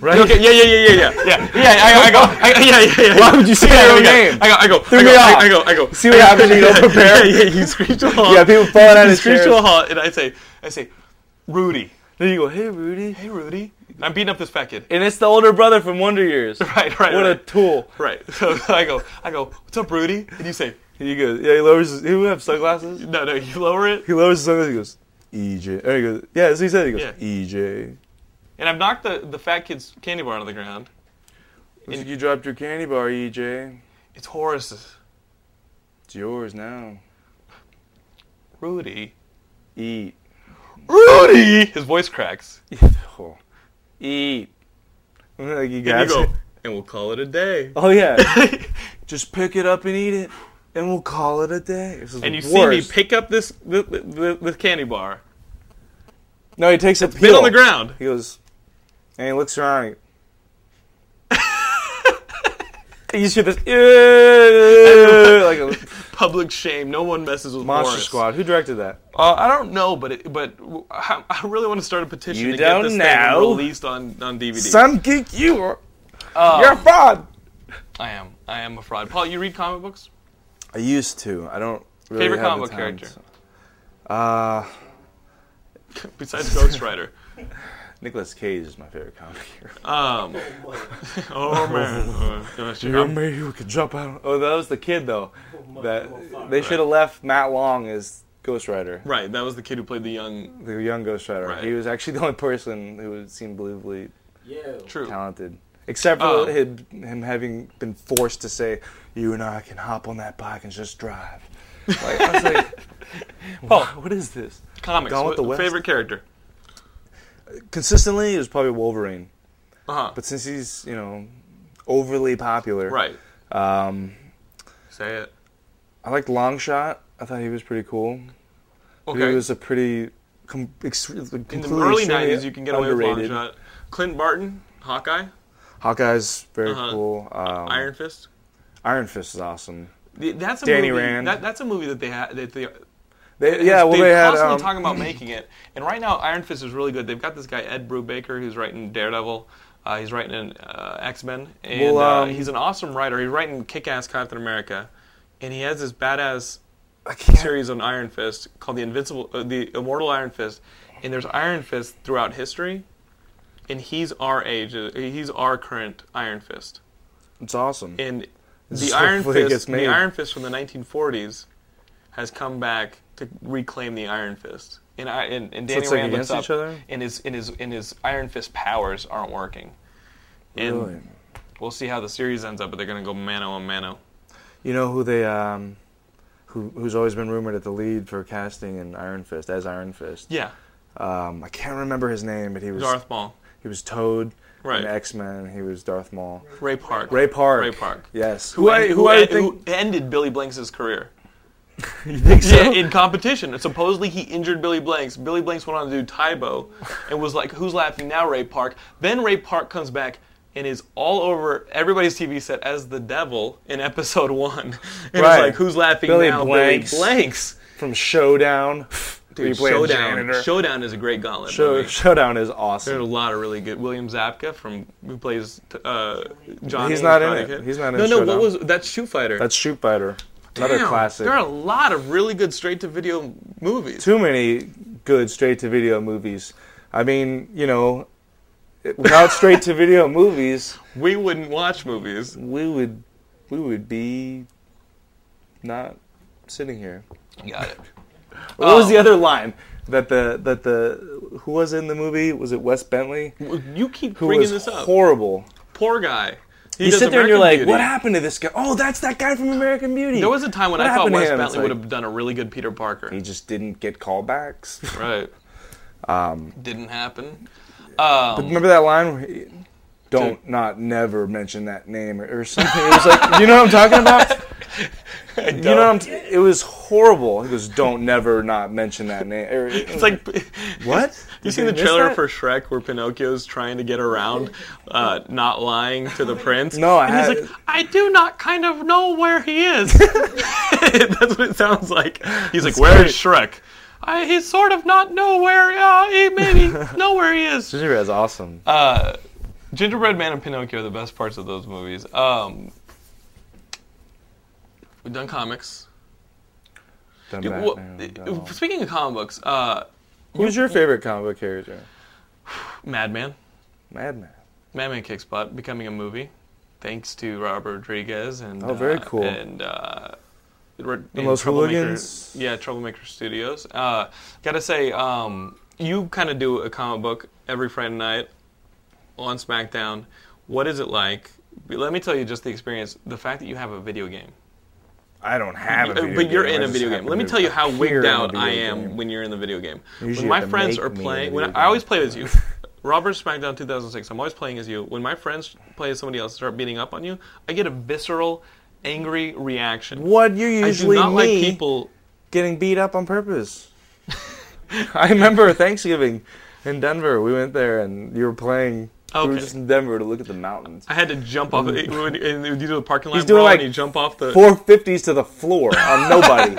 S3: Right?
S2: Okay, yeah, yeah, yeah, yeah, yeah, yeah, yeah. I, I go, I, yeah, yeah, yeah.
S3: Why would you say
S2: yeah,
S3: your own
S2: yeah,
S3: name?
S2: I go, I go,
S3: Threw
S2: I go,
S3: me
S2: I,
S3: off.
S2: I go, I go.
S3: See what happens when you don't prepare?
S2: Yeah, yeah. He screeched to a halt.
S3: Yeah, people falling out of
S2: He screeched to
S3: chairs.
S2: a halt, and I say, I say, Rudy.
S3: Then you go, hey Rudy,
S2: Hey, Rudy. And I'm beating up this fat kid.
S3: and it's the older brother from Wonder Years.
S2: Right, right,
S3: What a
S2: right.
S3: tool.
S2: Right. So I go, I go. What's up, Rudy? And you say,
S3: And you go, yeah. He lowers. His, he would have sunglasses.
S2: No, no. You lower it,
S3: He lowers his sunglasses. He goes, EJ. Or he goes, yeah. That's what he said. He goes,
S2: Yeah.
S3: EJ.
S2: and I've knocked the the fat kid's candy bar onto the ground.
S3: Looks like you dropped your candy bar, EJ.
S2: It's Horace's.
S3: It's yours now.
S2: Rudy.
S3: Eat.
S2: Rudy. His voice cracks.
S3: Oh. Eat. Like you
S2: And
S3: guys.
S2: you go, and we'll call it a day.
S3: Oh yeah. Just pick it up and eat it, and we'll call it a day. This is
S2: and you
S3: the
S2: see me
S3: worst.
S2: pick up this this, this, this candy bar,
S3: No, he takes a
S2: bit
S3: peel
S2: on the ground.
S3: He goes, and he looks around. and you just hear this, "Ew," like a
S2: public shame. No one messes with
S3: Monster
S2: Morris.
S3: Squad. Who directed that?
S2: Uh, I don't know, but it, but I, I really want to start a petition
S3: You
S2: to
S3: don't
S2: get this
S3: know.
S2: thing released on on DVD.
S3: Some geek you are.
S2: Oh.
S3: You're a fraud.
S2: I am. I am a fraud. Paul, you read comic books?
S3: I used to. I don't really
S2: Favorite
S3: have
S2: comic book
S3: the time
S2: character
S3: to- Uh,
S2: besides Ghost Rider.
S3: Nicolas Cage is my favorite comic hero.
S2: Um, oh man, Uh, gosh,
S3: You're
S2: I'm-
S3: me who can jump out. Oh, that was the kid though. That they should have left Matt Long as Ghost Rider,
S2: right. That was the kid who played the young.
S3: the young Ghost Rider.
S2: Right.
S3: He was actually the only person who seemed believably
S4: Yo.
S2: True.
S3: talented, except for
S2: Oh.
S3: him, him having been forced to say, "You and I can hop on that bike and just drive." Like, I was like, "Paul, what is this?"
S2: Comics.
S3: Gone with
S2: What-
S3: the West?
S2: Favorite character.
S3: Consistently, it was probably Wolverine,
S2: Uh huh.
S3: but since he's you know overly popular,
S2: Right.
S3: Um,
S2: Say it.
S3: I liked Longshot. I thought he was pretty cool.
S2: Okay.
S3: He was a pretty com- ex- completely
S2: In the early
S3: extremely
S2: '90s, you can get away with
S3: underrated.
S2: long shot. Clint Barton, Hawkeye,
S3: Hawkeye's very
S2: Uh-huh.
S3: cool. Um,
S2: Iron Fist.
S3: Iron Fist is awesome.
S2: The- That's a
S3: Danny
S2: movie,
S3: Rand.
S2: That, that's a movie that they had. That they,
S3: They, yeah, well,
S2: they're
S3: they had.
S2: constantly
S3: Um,
S2: talking about making it, and right now Iron Fist is really good. They've got this guy Ed Brubaker who's writing Daredevil. Uh, he's writing in, uh, X Men, and
S3: Well,
S2: uh,
S3: um,
S2: he's an awesome writer. He's writing Kick-Ass Captain America, and he has this badass
S3: I can't-
S2: series on Iron Fist called the Invincible, uh, the Immortal Iron Fist, and there's Iron Fist throughout history, and he's our age. uh, He's our current Iron Fist,
S3: it's awesome.
S2: and the
S3: Just
S2: Iron
S3: hopefully it
S2: Fist,
S3: gets
S2: the
S3: made.
S2: Iron Fist from the 1940s, has come back to reclaim the Iron Fist, and I, and, and Danny
S3: it's like
S2: Rand looks up,
S3: against each other?
S2: and his and his and his Iron Fist powers aren't working, and
S3: Really?
S2: we'll see how the series ends up, but they're gonna go mano a mano.
S3: You know who they um, who who's always been rumored at the lead for casting in Iron Fist as Iron Fist.
S2: Yeah,
S3: Um, I can't remember his name, but he was
S2: Darth Maul,
S3: he was Toad.
S2: Right.
S3: In X Men, he was Darth Maul.
S2: Ray Park,
S3: Ray Park.
S2: Ray Park.
S3: Yes.
S2: who, en- who, en-
S3: think-
S2: who ended Billy Blanks' career.
S3: you think so?
S2: Yeah, in competition. Supposedly he injured Billy Blanks. Billy Blanks went on to do Tybo and was like, Who's laughing now, Ray Park? Then Ray Park comes back and is all over everybody's TV set as the devil in episode one. And
S3: Right.
S2: it's like, Who's laughing
S3: Billy
S2: now,
S3: Blanks.
S2: Billy Blanks?
S3: From Showdown. where you
S2: Dude,
S3: play a
S2: Showdown.
S3: janitor.
S2: Showdown is a great gauntlet.
S3: Show,
S2: movie.
S3: Showdown is
S2: There's a
S3: awesome.
S2: lot of really good. William Zabka from who plays uh, Johnny.
S3: He's not in
S2: Karate
S3: it.
S2: Kid.
S3: He's not in
S2: No, no. What
S3: Showdown.
S2: was that's Shoe Fighter?
S3: That's Shoot Fighter. Another
S2: Damn,
S3: classic.
S2: There are a lot of really good straight to video movies.
S3: Too many good straight to video movies. I mean, you know, it- without straight to video movies,
S2: We wouldn't watch movies.
S3: we would we would be not sitting here.
S2: Got it.
S3: What was
S2: Oh.
S3: the other line that the that the who was in the movie? Was it Wes Bentley?
S2: You keep
S3: Who
S2: bringing
S3: was
S2: this up.
S3: horrible.
S2: Poor guy. He
S3: You
S2: does
S3: sit there and you're
S2: American
S3: like,
S2: Beauty.
S3: what happened to this guy? Oh, that's that guy from American Beauty.
S2: There was a time when
S3: What
S2: I thought
S3: happened to
S2: Wes
S3: him?
S2: Bentley
S3: It's like-
S2: would have done a really good Peter Parker.
S3: He just didn't get callbacks.
S2: Right. Um, Didn't happen. Um,
S3: Remember that line? Where he, Don't not never mention that name or, or something. It was like, you know what I'm talking about? You know what I'm. T- it was horrible. He goes, "Don't never not mention that name." Or,
S2: it's like
S3: what?
S2: You
S3: Did
S2: seen the
S3: miss
S2: trailer
S3: that?
S2: for Shrek where Pinocchio's trying to get around uh, not lying to the prince?
S3: No, I
S2: and
S3: had-
S2: he's like, I do not kind of know where he is. That's what it sounds like. He's like, where is Shrek? I, he sort of not know where, uh, he maybe know where he is.
S3: Gingerbread is awesome.
S2: Uh, Gingerbread Man and Pinocchio are the best parts of those movies. Um, we've done comics.
S3: Done
S2: Dude,
S3: back
S2: well,
S3: now,
S2: uh,
S3: done all.
S2: speaking of comic books, uh,
S3: Who's your favorite comic book character?
S2: Madman.
S3: Madman.
S2: Madman Kicks Butt becoming a movie, thanks to Robert Rodriguez and
S3: Oh, very
S2: uh,
S3: cool.
S2: and uh, re- and
S3: Los
S2: Troublemaker-
S3: Hooligans?
S2: Yeah, Troublemaker Studios. Uh, gotta say, um, you kind of do a comic book every Friday night on SmackDown. What is it like? Let me tell you just the experience. The fact that you have a video game,
S3: I don't have a
S2: Uh,
S3: video
S2: but you're
S3: game. I
S2: in a
S3: just
S2: video game.
S3: happen
S2: Let me
S3: to
S2: tell you how
S3: appear
S2: wigged
S3: in a
S2: out I
S3: video
S2: am
S3: game.
S2: when you're in the video game.
S3: Usually
S2: when
S3: you
S2: my
S3: have to
S2: friends
S3: make
S2: are
S3: me in a
S2: playing,
S3: video
S2: when I
S3: game.
S2: always play as you. Robert SmackDown 2006. I'm always playing as you. When my friends play as somebody else and start beating up on you, I get a visceral, angry reaction.
S3: What you usually
S2: I do not
S3: me-
S2: like people.
S3: getting beat up on purpose. I remember Thanksgiving in Denver. We went there and you were playing We were
S2: Okay.
S3: just in Denver to look at the mountains.
S2: I had to jump off. it- when- and you do the parking lot
S3: Mm. He's doing
S2: brawl
S3: like
S2: and you jump off the.
S3: 450s to the floor on nobody.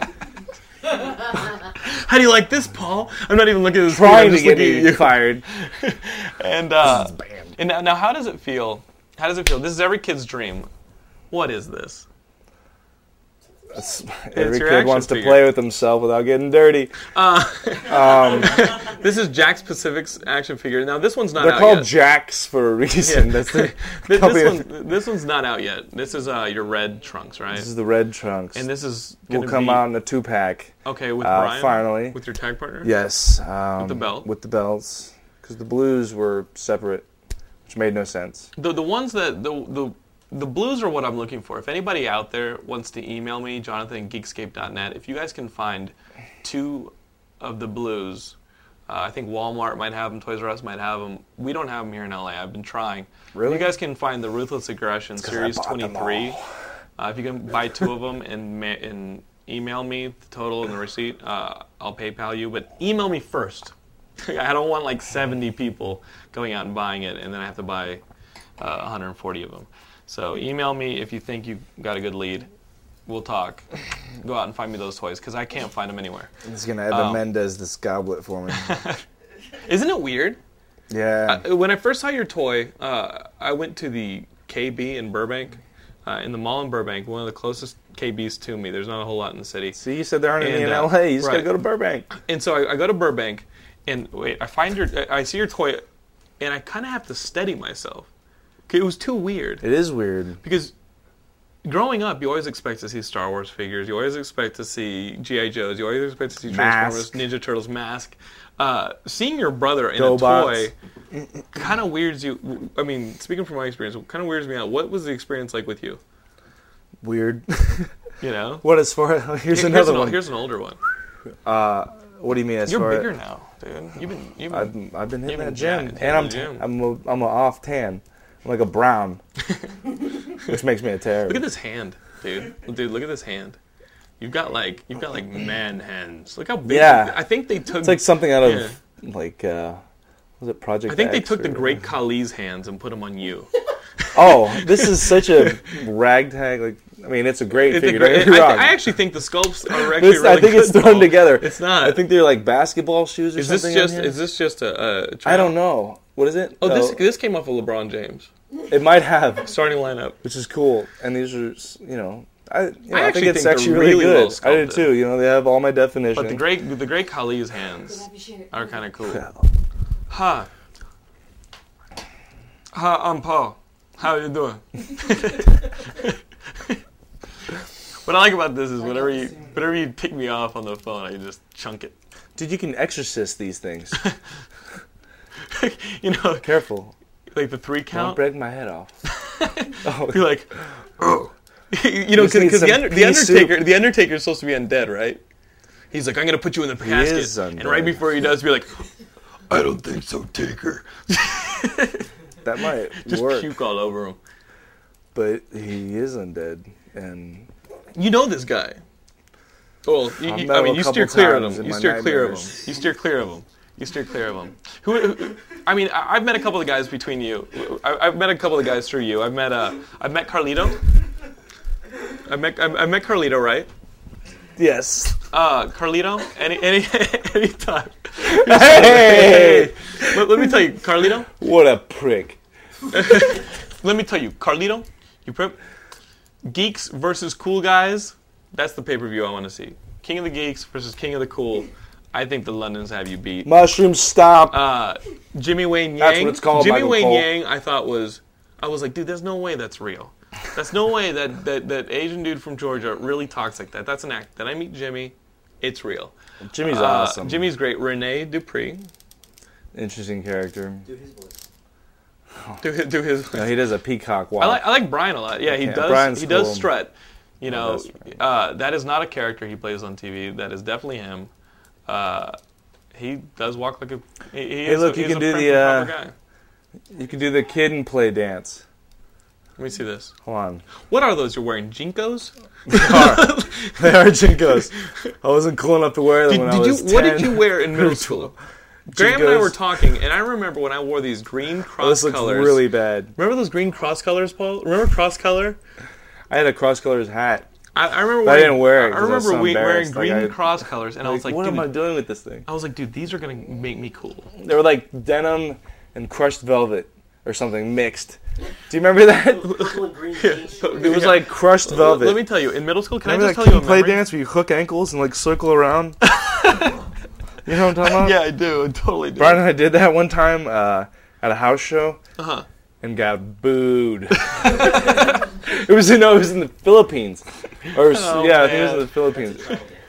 S2: How do you like this, Paul? I'm not even looking at this.
S3: trying to
S2: just
S3: get
S2: looking at
S3: me fired.
S2: And uh, and now, now, how does it feel? How does it feel? This is every kid's dream. What is this?
S3: Every
S2: your
S3: kid
S2: action
S3: wants to
S2: figure.
S3: play with himself without getting dirty.
S2: This is Jack's Pacific's action figure. Now this one's not.
S3: They're
S2: out
S3: called
S2: yet.
S3: jacks for a reason. That's the,
S2: Th-
S3: probably
S2: this,
S3: a-
S2: one, this one's not out yet. This is uh, your red trunks, right?
S3: this is the red trunks.
S2: and this is
S3: will
S2: gonna
S3: come
S2: be-
S3: out in a two pack.
S2: Okay, with
S3: uh,
S2: Brian.
S3: finally.
S2: with your tag partner.
S3: Yes. Um, with
S2: the belt.
S3: With the belts, because the blues were separate, which made no sense.
S2: The the ones that the the the blues are what I'm looking for. If anybody out there wants to email me, Jonathan Geekscape.net, if you guys can find two of the blues, uh, I think Walmart might have them, Toys R Us might have them. We don't have them here in LA. I've been trying.
S3: Really?
S2: You guys can find the Ruthless Aggression Series
S3: bought them
S2: 23. Uh, if you can buy two of them and ma- and email me the total and the receipt, uh, I'll PayPal you. But email me first. I don't want like 70 people going out and buying it, and then I have to buy uh, 140 of them. So email me if you think you got a good lead. We'll talk. Go out and find me those toys because I can't find them anywhere.
S5: He's gonna
S2: Oh.
S5: Eva Mendez this goblet for me.
S2: Isn't it weird?
S5: yeah.
S2: Uh, When I first saw your toy, uh, I went to the KB in Burbank, uh, in the mall in Burbank, one of the closest KBs to me. There's not a whole lot in the city.
S3: See, you said there aren't any
S2: And,
S3: in
S2: uh,
S3: LA. You just gotta
S2: right.
S3: go to Burbank.
S2: and so I, I go to Burbank, and wait, I find your, I I see your toy, and I kind of have to steady myself. 'Cause It was too weird
S5: It is weird.
S2: because growing up, you always expect to see Star Wars figures, you always expect to see GI Joes, you always expect to see Transformers,
S3: Mask.
S2: Ninja Turtles, mask. Uh, seeing your brother in a
S3: GoBots.
S2: toy kind of weirds you. I mean, speaking from my experience, kind of weirds me out. What was the experience like with you?
S3: Weird.
S2: You know,
S3: what is for? Here's
S2: Here-
S3: another
S2: an, ol-
S3: one.
S2: Here's an older one.
S3: what do you mean? As
S2: You're
S3: far
S2: bigger now, dude. You've been, you've been
S3: I've, I've been hitting
S2: Even
S3: that gym,
S2: jacked
S3: and I'm
S2: in the gym.
S3: I'm a, I'm a off tan. I'm like a brown, which makes me a terror.
S2: Look at this hand, dude. Dude, look at this hand. You've got like you've got like man hands. Look how big.
S3: Yeah.
S2: I think they took.
S3: It's like something out of
S2: Yeah.
S3: like uh, was it Project?
S2: I think they
S3: X
S2: took the
S3: or-
S2: great Khali's hands and put them on you.
S3: Oh, this is such a ragtag. Like I mean, it's a great
S2: It's a
S3: figure.
S2: great- I,
S3: don't get me
S2: I
S3: wrong.
S2: actually think the sculpts are actually
S3: This-
S2: really
S3: I think it's
S2: good,
S3: thrown
S2: though.
S3: together.
S2: It's not.
S3: I think they're like basketball shoes or
S2: Is this
S3: something.
S2: just
S3: in here.
S2: is this just a? a trial?
S3: I don't know. What is it?
S2: Oh, this this came off of LeBron James
S3: it might have,
S2: starting lineup.
S3: which is cool. And these are s- you know. I, you know, I,
S2: actually
S3: think it's
S2: think
S3: actually
S2: they're
S3: really,
S2: really well
S3: good. I did
S2: sculpted.
S3: too. You know, they have all my definition.
S2: But the great the great Khali's hands are kind of cool. Hi. Hi, I'm Paul. How you doing? what I like about this is whenever you whenever you pick me off on the phone, I just chunk it.
S3: Dude, you can exorcist these things.
S2: you know,
S3: Careful.
S2: like the three
S3: Don't
S2: count.
S3: break my head off. oh,
S2: You're like, oh. you know,
S3: just need
S2: because
S3: some
S2: the, under, the
S3: pea soup.
S2: Undertaker, the Undertaker's supposed to be undead, right? He's like, I'm gonna put you in the casket,
S3: is
S2: and right
S3: undead.
S2: before he does, be like, I don't think so, Taker.
S3: that might
S2: just
S3: work.
S2: puke all over him.
S3: But he is undead, and
S2: You know this guy. Well, you,
S3: I've
S2: you-
S3: met
S2: I
S3: him
S2: mean,
S3: a
S2: you
S3: couple
S2: steer clear of
S3: times
S2: him.
S3: in
S2: You
S3: my
S2: steer clear of him.
S3: nightmares.
S2: You steer clear of him. You steer clear of him. Who? who- I mean, I, I've met a couple of guys between you. I, I've met a couple of guys through you. I've met uh, I've met Carlito. I met I, I met Carlito, right?
S3: yes,
S2: Uh, Carlito, any any anytime.
S3: hey,
S2: Let, let me tell you, Carlito.
S3: what a prick!
S2: Let me tell you, Carlito. You prep. Geeks versus cool guys. That's the pay per view I want to see. King of the Geeks versus King of the Cool. I think the Londons have you beat.
S3: Mushroom, stop.
S2: Uh, Jimmy Wayne Yang.
S3: That's what it's called,
S2: Jimmy
S3: Michael
S2: Wayne
S3: Cole.
S2: Yang. I thought was. I was like, dude, there's no way that's real. That's no way that, that, that Asian dude from Georgia really talks like that. That's an act. Then I meet Jimmy, it's real.
S3: Jimmy's
S2: Uh,
S3: awesome.
S2: Jimmy's great. Renee Dupree,
S3: interesting character.
S4: Do his voice.
S2: do his, do his
S3: No, he does a peacock walk.
S2: I like I like Brian a lot. Yeah, he
S3: Okay,
S2: does.
S3: Brian's
S2: he does
S3: cool.
S2: strut. You know,
S3: does
S2: uh, that is not a character he plays on TV. That is definitely him. Uh, he does walk like a. He, he is
S3: look,
S2: a,
S3: you
S2: he's
S3: can
S2: a
S3: do
S2: prim
S3: the,
S2: and
S3: uh,
S2: proper guy.
S3: you can do the kid and play dance.
S2: Let me see this.
S3: Hold on,
S2: What are those you're wearing? Jinkos?
S3: they are jinkos. I wasn't cool enough to wear them
S2: Did,
S3: when I
S2: did you?
S3: was
S2: What did
S3: 10.
S2: you wear in middle school? Graham and I
S5: goes-
S2: were talking, and I remember when I wore these green cross
S5: This looks
S2: colors.
S5: really bad.
S2: Remember those green cross colors, Paul? Remember cross color?
S3: I had a cross colors hat.
S2: I, I remember.
S3: But I
S2: wearing-
S3: didn't wear
S2: I
S3: it 'cause I was
S2: remember
S3: so
S2: we, wearing
S3: embarrassed, like,
S2: green
S3: I-
S2: cross colors, and I was like,
S3: what
S2: dude,
S3: am I doing with this thing?
S2: I was like, dude, these are gonna make me cool.
S3: They were like denim and crushed velvet or something mixed. Do you remember that?
S4: Purple and green jeans.
S3: It was like crushed velvet.
S2: Let me tell you, in middle school, can
S3: Remember
S2: I just
S3: that
S2: tell you a
S3: kid play
S2: memory?
S3: dance where you hook ankles and like circle around? you know what I'm talking about?
S2: Yeah, I do. I totally do.
S3: Brian and I did that one time uh, at a house show
S2: Uh-huh.
S3: and got booed. it was in, no, it was in the Philippines. Or s-
S2: Oh,
S3: yeah, I think it was
S2: man.
S3: in the Philippines.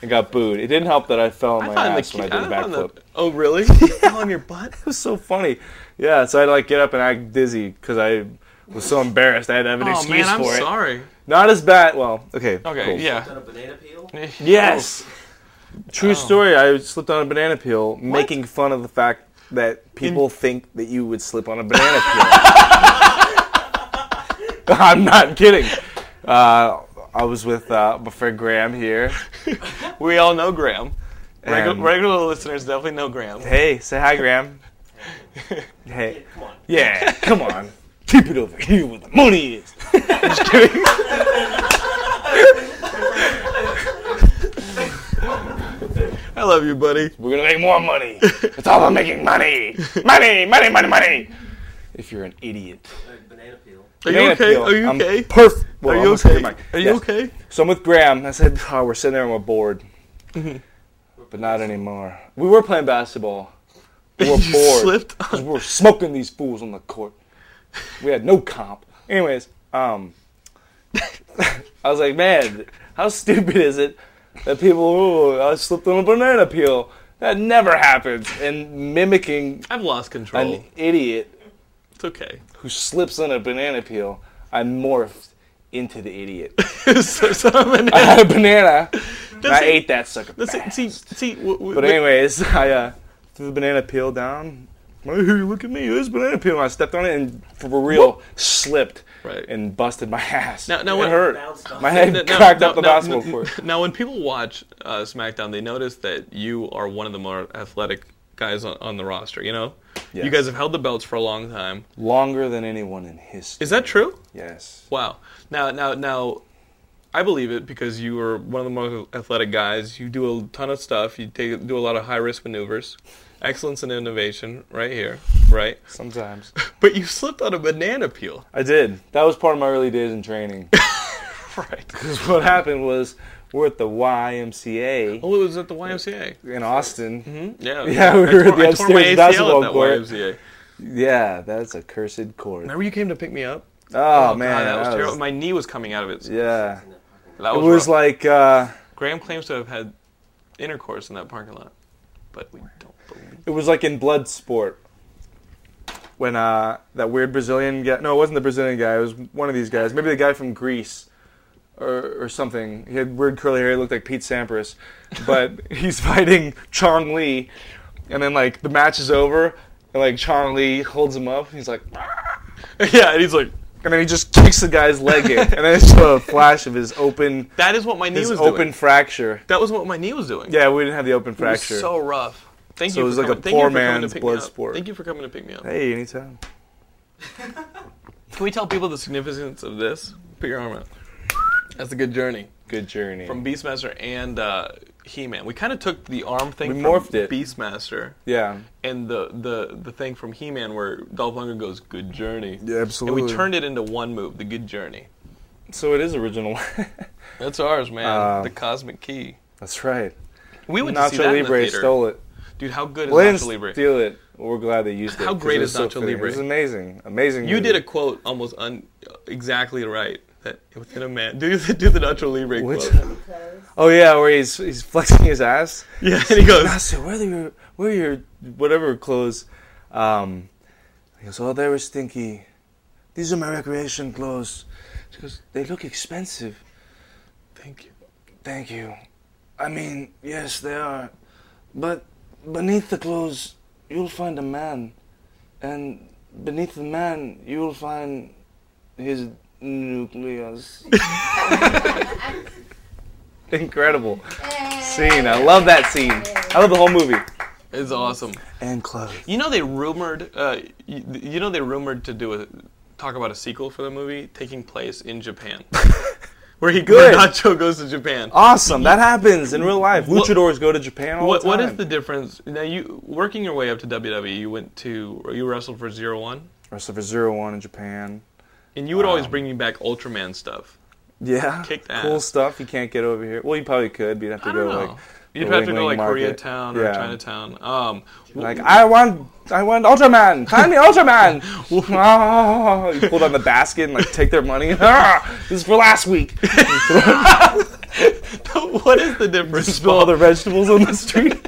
S3: And got booed. It didn't help that I fell on
S2: I
S3: my
S2: found the
S3: ass
S2: key-
S3: when I did a
S2: I found the-
S3: backflip.
S2: Oh, really? You fell on your butt?
S3: It was so funny. Yeah, so I'd like get up and act dizzy because I was so embarrassed. I had to have an
S2: Oh
S3: excuse
S2: man, I'm
S3: for it.
S2: sorry.
S3: Not as bad. Well, okay.
S2: Okay,
S3: cool.
S2: yeah.
S4: Done a banana peel.
S3: Yes. True story. I slipped on a banana peel, making fun of the fact that people think that you would slip on a banana peel. I'm not kidding. Uh, I was with uh, my friend Graham here.
S2: We all know Graham. Regu-
S3: and-
S2: regular listeners definitely know Graham.
S3: hey, say hi, Graham. hey.
S4: Come on.
S3: Yeah, come on. Keep it over here where the money is. Just kidding.
S2: I love you, buddy.
S3: We're gonna make more money. It's all about making money. Money, money, money, money. If you're an idiot.
S4: Like banana peel.
S2: Are you
S3: Banana
S2: okay?
S3: peel.
S2: Are you
S3: I'm
S2: okay?
S3: Perf- well,
S2: Are
S3: I'm
S2: you
S3: gonna say
S2: okay?
S3: my-
S2: Are you
S3: Yes.
S2: okay?
S3: So I'm with Graham. I said, oh, we're sitting there and we're bored.
S2: Mm-hmm.
S3: but not anymore. We were playing basketball. We were
S2: You
S3: bored.
S2: slipped
S3: 'cause we were smoking these fools on the court. We had no comp. Anyways, um, I was like, man, how stupid is it that people, ooh, I slipped on a banana peel. That never happens. And mimicking
S2: I've lost control.
S3: an idiot
S2: It's okay.
S3: who slips on a banana peel, I morphed into the idiot.
S2: so, so I'm an-
S3: I had a banana. and I
S2: it-
S3: ate that sucker.
S2: That's it.
S3: fast.
S2: See, see. W- w-
S3: But
S2: w-
S3: anyways, I uh, threw the banana peel down. Hey, look at me! This banana peel. And I stepped on it and, for real, slipped
S2: Right.
S3: and busted my ass.
S2: Now- now
S3: it
S2: what-
S3: hurt.
S4: Bounced off.
S3: My head
S2: No, no,
S3: cracked
S2: no,
S3: up the
S2: no,
S3: basketball
S2: no.
S3: court.
S2: Now, when people watch uh, SmackDown, they notice that you are one of the more athletic guys on, on the roster. You know, you
S3: Yes.
S2: guys have held the belts for a long time.
S3: Longer than anyone in history.
S2: Is that true?
S3: Yes.
S2: Wow. Now, now, now, I believe it because you are one of the most athletic guys. You do a ton of stuff. You take, do a lot of high risk maneuvers. Excellence and innovation, right here, right?
S3: Sometimes
S2: But you slipped on a banana peel,
S3: I did. That was part of my early days in training.
S2: right?
S3: what happened was we're at the YMCA.
S2: Oh, mm-hmm. it was at the YMCA.
S3: in Austin.
S2: Yeah,
S3: Yeah, we
S2: I
S3: were at
S2: tore-
S3: the
S2: I tore my
S3: upstairs
S2: ACL
S3: basketball
S2: at that
S3: court.
S2: YMCA.
S3: Yeah, that's a cursed court.
S2: Remember you came to pick me up?
S3: Oh,
S2: God,
S3: man,
S2: that was
S3: that
S2: terrible.
S3: was-
S2: My knee was coming out of it.
S3: yeah,
S2: That
S3: it
S2: was,
S3: was
S2: rough.
S3: like uh,
S2: Graham claims to have had intercourse in that parking lot, but we don't believe.
S3: it was like in Bloodsport when uh, that weird Brazilian guy. No, it wasn't the Brazilian guy. It was one of these guys. Maybe the guy from Greece. Or, or something. He had weird curly hair. He looked like Pete Sampras, but he's fighting Chong Lee, and then like the match is over, and like Chong Lee holds him up. He's like,
S2: yeah, and he's like,
S3: and then he just kicks the guy's leg in, and then it's a flash of his open
S2: that is what my knee
S3: his
S2: was
S3: open
S2: doing.
S3: fracture.
S2: That was what my knee was doing.
S3: Yeah, we didn't have the open
S2: it was
S3: fracture.
S2: so rough. Thank
S3: So
S2: you.
S3: it was
S2: for
S3: like a
S2: coming- thank you
S3: poor
S2: for coming to
S3: man's
S2: pick me
S3: blood
S2: up.
S3: sport.
S2: Thank you for coming to pick me up.
S3: hey, anytime.
S2: Can we tell people the significance of this? Put your arm out. That's a good journey
S3: Good journey.
S2: from Beastmaster and uh, He-Man. We kind of took the arm thing
S3: We
S2: from
S3: morphed it.
S2: Beastmaster.
S3: yeah,
S2: and the, the, the thing from He-Man where Dolph Lundgren goes, "Good journey."
S5: Yeah, absolutely.
S2: And we turned it into one move, the Good Journey.
S3: so it is original.
S2: That's ours, man.
S3: Um,
S2: the Cosmic Key.
S3: That's right.
S2: We went to see
S3: Nacho
S2: that in the
S3: Libre
S2: theater.
S3: stole it.
S2: Dude, how good is
S3: Well, they didn't
S2: Nacho Libre?
S3: steal it. We're glad they used it.
S2: How
S3: 'cause
S2: great
S3: it
S2: is
S3: was
S2: Nacho
S3: so fitting.
S2: Libre?
S3: It was amazing, amazing.
S2: you
S3: movie.
S2: did a quote almost un, exactly right. That within a man, do the, do the Nacho Libre
S3: Which-
S2: quote.
S3: Oh yeah, where he's he's flexing his ass.
S2: Yeah, and he goes,
S3: Nacho, where are your where are your whatever clothes? Um, he goes, oh, they were stinky. These are my recreation clothes. She goes, they look expensive.
S2: "Thank you."
S3: Thank you. I mean, yes, they are. But beneath the clothes, you'll find a man. And beneath the man, you'll find his nucleus. Incredible scene. I love that scene. I love the whole movie.
S2: It's awesome.
S3: and clothes.
S2: You know they rumored. Uh, you, you know they rumored to do a talk about a sequel for the movie taking place in Japan, where he where
S3: Good.
S2: Nacho goes to Japan.
S3: Awesome. That happens in real life.
S2: What-
S3: Luchadors go to Japan all
S2: What,
S3: the time.
S2: what is the difference now? You working your way up to WWE. You went to you wrestled for Zero One,
S3: Wrestle for Zero One in Japan.
S2: and you would
S3: Um,
S2: always bring me back Ultraman stuff.
S3: Yeah.
S2: Kicked
S3: Cool
S2: ass.
S3: stuff you can't get over here. Well, you probably could, but you'd have to
S2: I
S3: go
S2: don't know.
S3: like.
S2: You'd
S3: the
S2: have to
S3: Wing
S2: go like
S3: Wing Market.
S2: Koreatown
S3: Yeah.
S2: or Chinatown. Um,
S3: Like I want, I want Ultraman. Find me Ultraman. oh, you pull down the basket and like take their money. Ah, this is for last week.
S2: what is the difference?
S3: Spill all the vegetables on the street.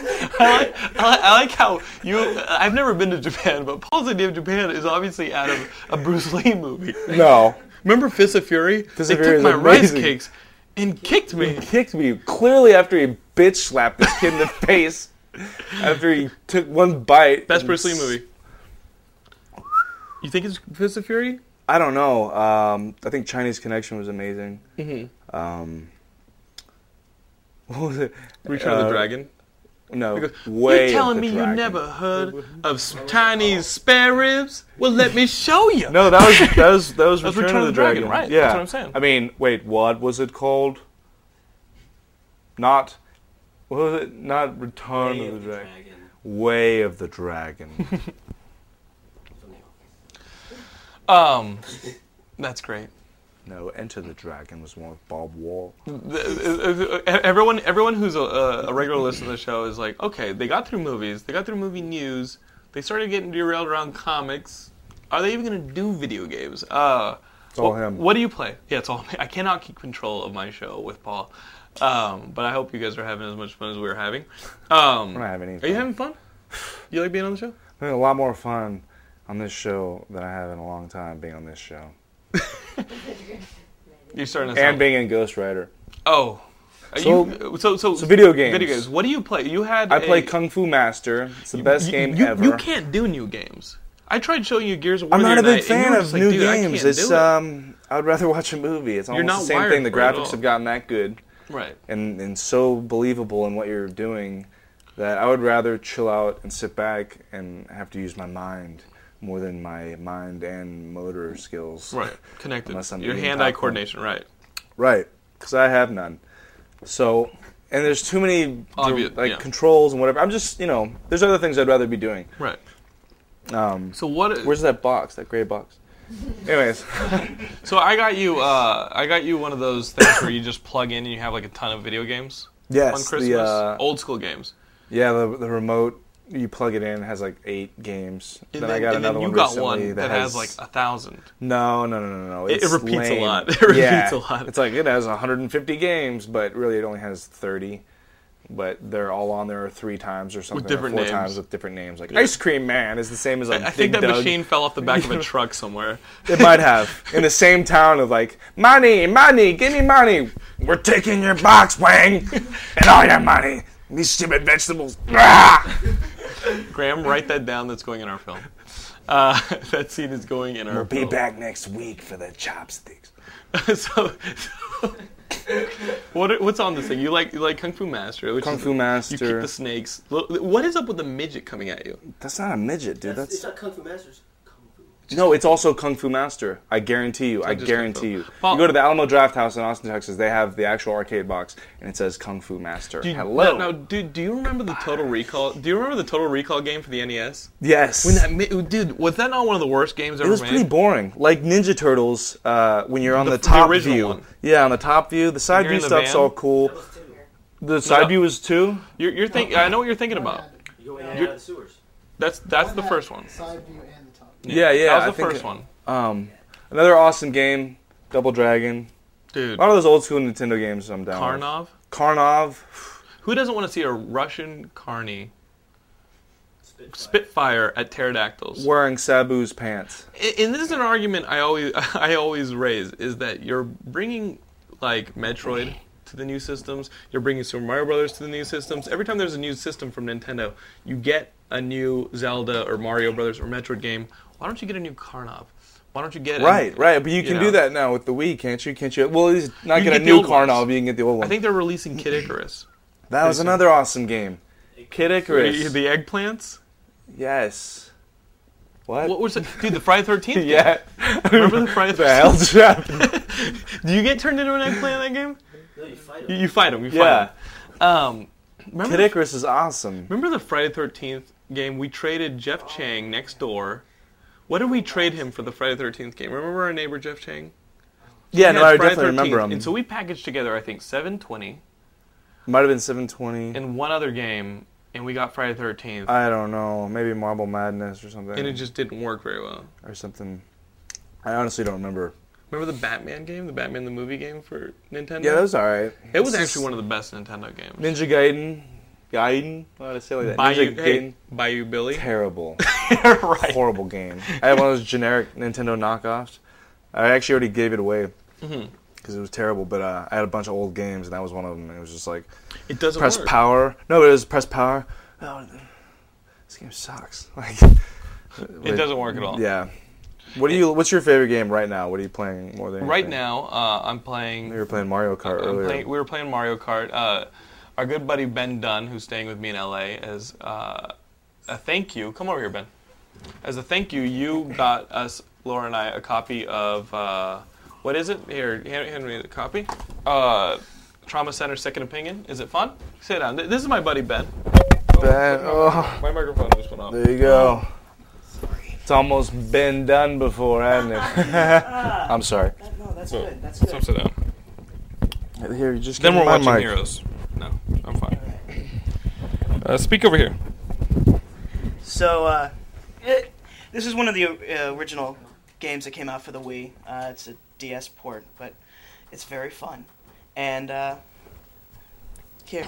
S2: I like, I like- I like how you. I've never been to Japan, but Paul's idea of Japan is obviously out of a Bruce Lee movie.
S3: No,
S2: Remember Fist of Fury?
S3: Fist
S2: they
S3: of Fury
S2: took my
S3: is
S2: rice
S3: amazing.
S2: cakes and kicked me.
S3: kicked me clearly after he bitch slapped this kid in the face after he took one bite.
S2: Best Bruce Lee movie. You think it's Fist of Fury?
S3: I don't know. Um, I think Chinese Connection was amazing. Mm-hmm. Um, what was it?
S2: Return of
S3: Uh,
S2: the Dragon.
S3: No, way.
S2: You're
S3: of
S2: telling
S3: the
S2: me
S3: dragon.
S2: you never heard of s- Chinese spare ribs? Well, let me show you.
S3: No, that was that was that was Return, of the Dragon,
S2: right,
S3: Yeah,
S2: that's what I'm saying.
S3: I mean, wait, what was it called? Not, what was it? Not Return
S4: Way
S3: of the
S4: of the
S3: Dragon.
S4: Dragon.
S3: Way of the Dragon.
S2: Um, that's great.
S3: no, Enter the Dragon was one with Bob Wall.
S2: The- uh, uh, everyone everyone who's a, a a regular listener to the show is like, okay, they got through movies, they got through movie news, they started getting derailed around comics. Are they even going to do video games? Uh, it's
S3: all him.
S2: What do you play? Yeah, it's all me. I cannot keep control of my show with Paul. Um, but I hope you guys are having as much fun as we are having. Um,
S3: We're not having any
S2: Are you
S3: fun.
S2: having fun? You like being on the show?
S3: I had a lot more fun on this show than I have in a long time being on this show
S2: You're starting to
S3: and
S2: sound...
S3: being in Ghost Rider.
S2: Oh. Are
S3: So-
S2: you, uh, so, so,
S3: so video games.
S2: Video games. What do you play? You had
S3: I play
S2: a-
S3: Kung Fu Master. It's the best
S2: You-
S3: game
S2: you,
S3: ever.
S2: You can't do new games. I tried showing you Gears of War.
S3: I'm
S2: the
S3: not a
S2: other
S3: big
S2: night, and you
S3: fan
S2: were
S3: of
S2: just like,
S3: new
S2: "Dude, I can't
S3: games. It's
S2: do it."
S3: um, I'd rather watch a movie. It's almost
S2: not
S3: the same
S2: wired
S3: thing. The
S2: for it at all.
S3: graphics have gotten that good.
S2: right.
S3: and, and so believable in what you're doing that I would rather chill out and sit back and have to use my mind more than my mind and motor skills.
S2: Right, connected.
S3: Unless I'm
S2: Your
S3: eating
S2: hand-eye
S3: popcorn.
S2: coordination, right?
S3: Right. Because I have none. So, and there's too many
S2: Obvious,
S3: like
S2: yeah.
S3: controls and whatever. I'm just, you know, there's other things I'd rather be doing.
S2: Right.
S3: Um,
S2: So what?
S3: where's that box? That gray box. Anyways,
S2: so I got you. Uh, I got you one of those things where you just plug in and you have like a ton of video games
S3: yes,
S2: on Christmas.
S3: the uh,
S2: Old school games.
S3: yeah, the, the remote you plug it in it has like eight games.
S2: And
S3: then, I got
S2: and
S3: another
S2: then you
S3: one
S2: got
S3: recently
S2: one that has like a thousand.
S3: No, no, no, no, no.
S2: It- it
S3: It's
S2: repeats a
S3: lame.
S2: lot. It repeats
S3: Yeah.
S2: a lot.
S3: It's like it has 150 games, but really it only has 30. But they're all on there three times or something, or
S2: different
S3: four
S2: names.
S3: times with different names. Like Ice Cream Man is the same as like
S2: I think
S3: Dig
S2: that
S3: Dug.
S2: machine fell off the back of a truck somewhere.
S3: It might have in the same town of like money, money, give me money. We're taking your box, Wang, and all your money. These stupid vegetables. Ah!
S2: Graham, write that down. That's going in our film. Uh, that scene is going in our.
S3: We'll be
S2: film.
S3: back next week for the chopsticks.
S2: so, so- what are- what's on this thing? You like you like Kung Fu Master, which
S3: Kung
S2: is-
S3: Fu Master.
S2: You keep the snakes. Lo- What is up with the midget coming at you?
S3: That's not a midget, dude.
S4: That's,
S3: That's
S4: it's not Kung Fu Masters. Kung Fu.
S3: No, it's also Kung Fu Master. I guarantee you. I
S2: just
S3: guarantee you.
S2: Kung Fu. Paul-
S3: you go to the Alamo Draft House in Austin, Texas. They have the actual arcade box, and it says Kung Fu Master.
S2: Do you-
S3: Hello.
S2: Now, now, dude, do you remember the Total Recall? Do you remember the Total Recall game for the NES?
S3: yes.
S2: When that, mi- dude, was that not one of the worst games
S3: it
S2: ever
S3: was
S2: made?
S3: pretty boring. Like Ninja Turtles, uh, when you're on the,
S2: The- the
S3: top
S2: original
S3: view.
S2: one.
S3: Yeah, on the top view. The side
S2: You're
S3: view
S2: in the
S3: stuff's
S2: van?
S3: all cool. The side view is two.
S2: you're, you're think- I know what you're thinking about.
S4: You go in and out of the sewers.
S2: That's that's the first one.
S6: Side view and the top. view.
S3: Yeah, yeah.
S2: That was
S3: I
S2: the
S3: think-
S2: first one,
S3: Um, another awesome game, Double Dragon.
S2: dude.
S3: A lot of those old school Nintendo games I'm down. with.
S2: Karnov.
S3: Karnov.
S2: Who doesn't want to see a Russian carny
S4: Spitfire.
S2: Spitfire at pterodactyls?
S3: Wearing Sabu's pants.
S2: and this is an argument I always I always raise is that you're bringing like Metroid to the new systems, you're bringing Super Mario Brothers to the new systems. Every time there's a new system from Nintendo, you get a new Zelda or Mario Brothers or Metroid game. Why don't you get a new Karnov? Why don't you get
S3: Right, right. But you can do
S2: know.
S3: that now with the Wii, can't you? Can't you? Well, at least not
S2: You can
S3: get,
S2: get
S3: a
S2: the
S3: new
S2: old ones.
S3: Carnal, but you can get the old one.
S2: I think they're releasing Kid Icarus.
S3: that was another awesome game. Kid
S2: The,
S3: Icarus.
S2: the eggplants?
S3: yes. What?
S2: What was it? Dude, the Friday 13th? game.
S3: yeah.
S2: Remember the Friday
S3: the hell
S2: 13th?
S3: trap.
S2: Do you get turned into an eggplant in that game?
S4: No, you fight
S2: You,
S4: him.
S2: you fight him. You fight
S3: Yeah.
S2: him. Um, remember,
S3: Kid
S2: the,
S3: Icarus is awesome.
S2: remember the Friday 13th game? We traded Jeff Chang next door. What did we trade him for the Friday 13th game? Remember our neighbor Jeff Chang?
S3: Yeah,
S2: He
S3: no,
S2: had
S3: I
S2: Friday
S3: definitely remember
S2: 13th,
S3: him.
S2: And so we packaged together, I think, 720
S3: Might have been 720.
S2: and one other game, and we got Friday 13th.
S3: I don't know. Maybe Marble Madness or something.
S2: and it just didn't work very well.
S3: or something. I honestly don't remember.
S2: Remember the Batman game, the Batman the movie game for Nintendo?
S3: Yeah, that was alright.
S2: it was actually one of the best Nintendo games.
S3: Ninja Gaiden. Gaiden? Why did I say it like that?
S2: Bayou,
S3: Ninja
S2: hey,
S3: Gaiden.
S2: Bayou Billy.
S3: Terrible.
S2: right.
S3: horrible game. I had one of those generic Nintendo knockoffs. I actually already gave it away because it was terrible. But uh, I had a bunch of old games, and that was one of them. And it was just like
S2: It doesn't
S3: press
S2: work.
S3: power. No, it was press power. Oh, this game sucks. Like
S2: It doesn't work at all.
S3: yeah. What do you? What's your favorite game right now? What are you playing more than
S2: Right
S3: anything?
S2: now, uh, I'm playing.
S3: We were playing Mario Kart
S2: I'm
S3: earlier.
S2: playing- we were playing Mario Kart. Uh, our good buddy Ben Dunn, who's staying with me in LA, as uh, a thank you. Come over here, Ben. As a thank you, you got us, Laura and I, a copy of uh, what is it? Here, hand, hand me the copy. Uh, Trauma Center Second Opinion. Is it fun? Sit down. Th- This is my buddy Ben.
S3: Ben, oh,
S2: My microphone just went off.
S3: there you go. It's almost been done before, hasn't it? I'm sorry.
S4: No, that's good. That's good.
S2: So sit down.
S3: Here, you just
S2: Then
S3: give
S2: we're watching
S3: me my mic.
S2: Heroes. No, I'm fine. Uh, speak over here.
S6: So, uh, it, this is one of the uh, original games that came out for the Wii. Uh, it's a DS port, but it's very fun. And uh, here,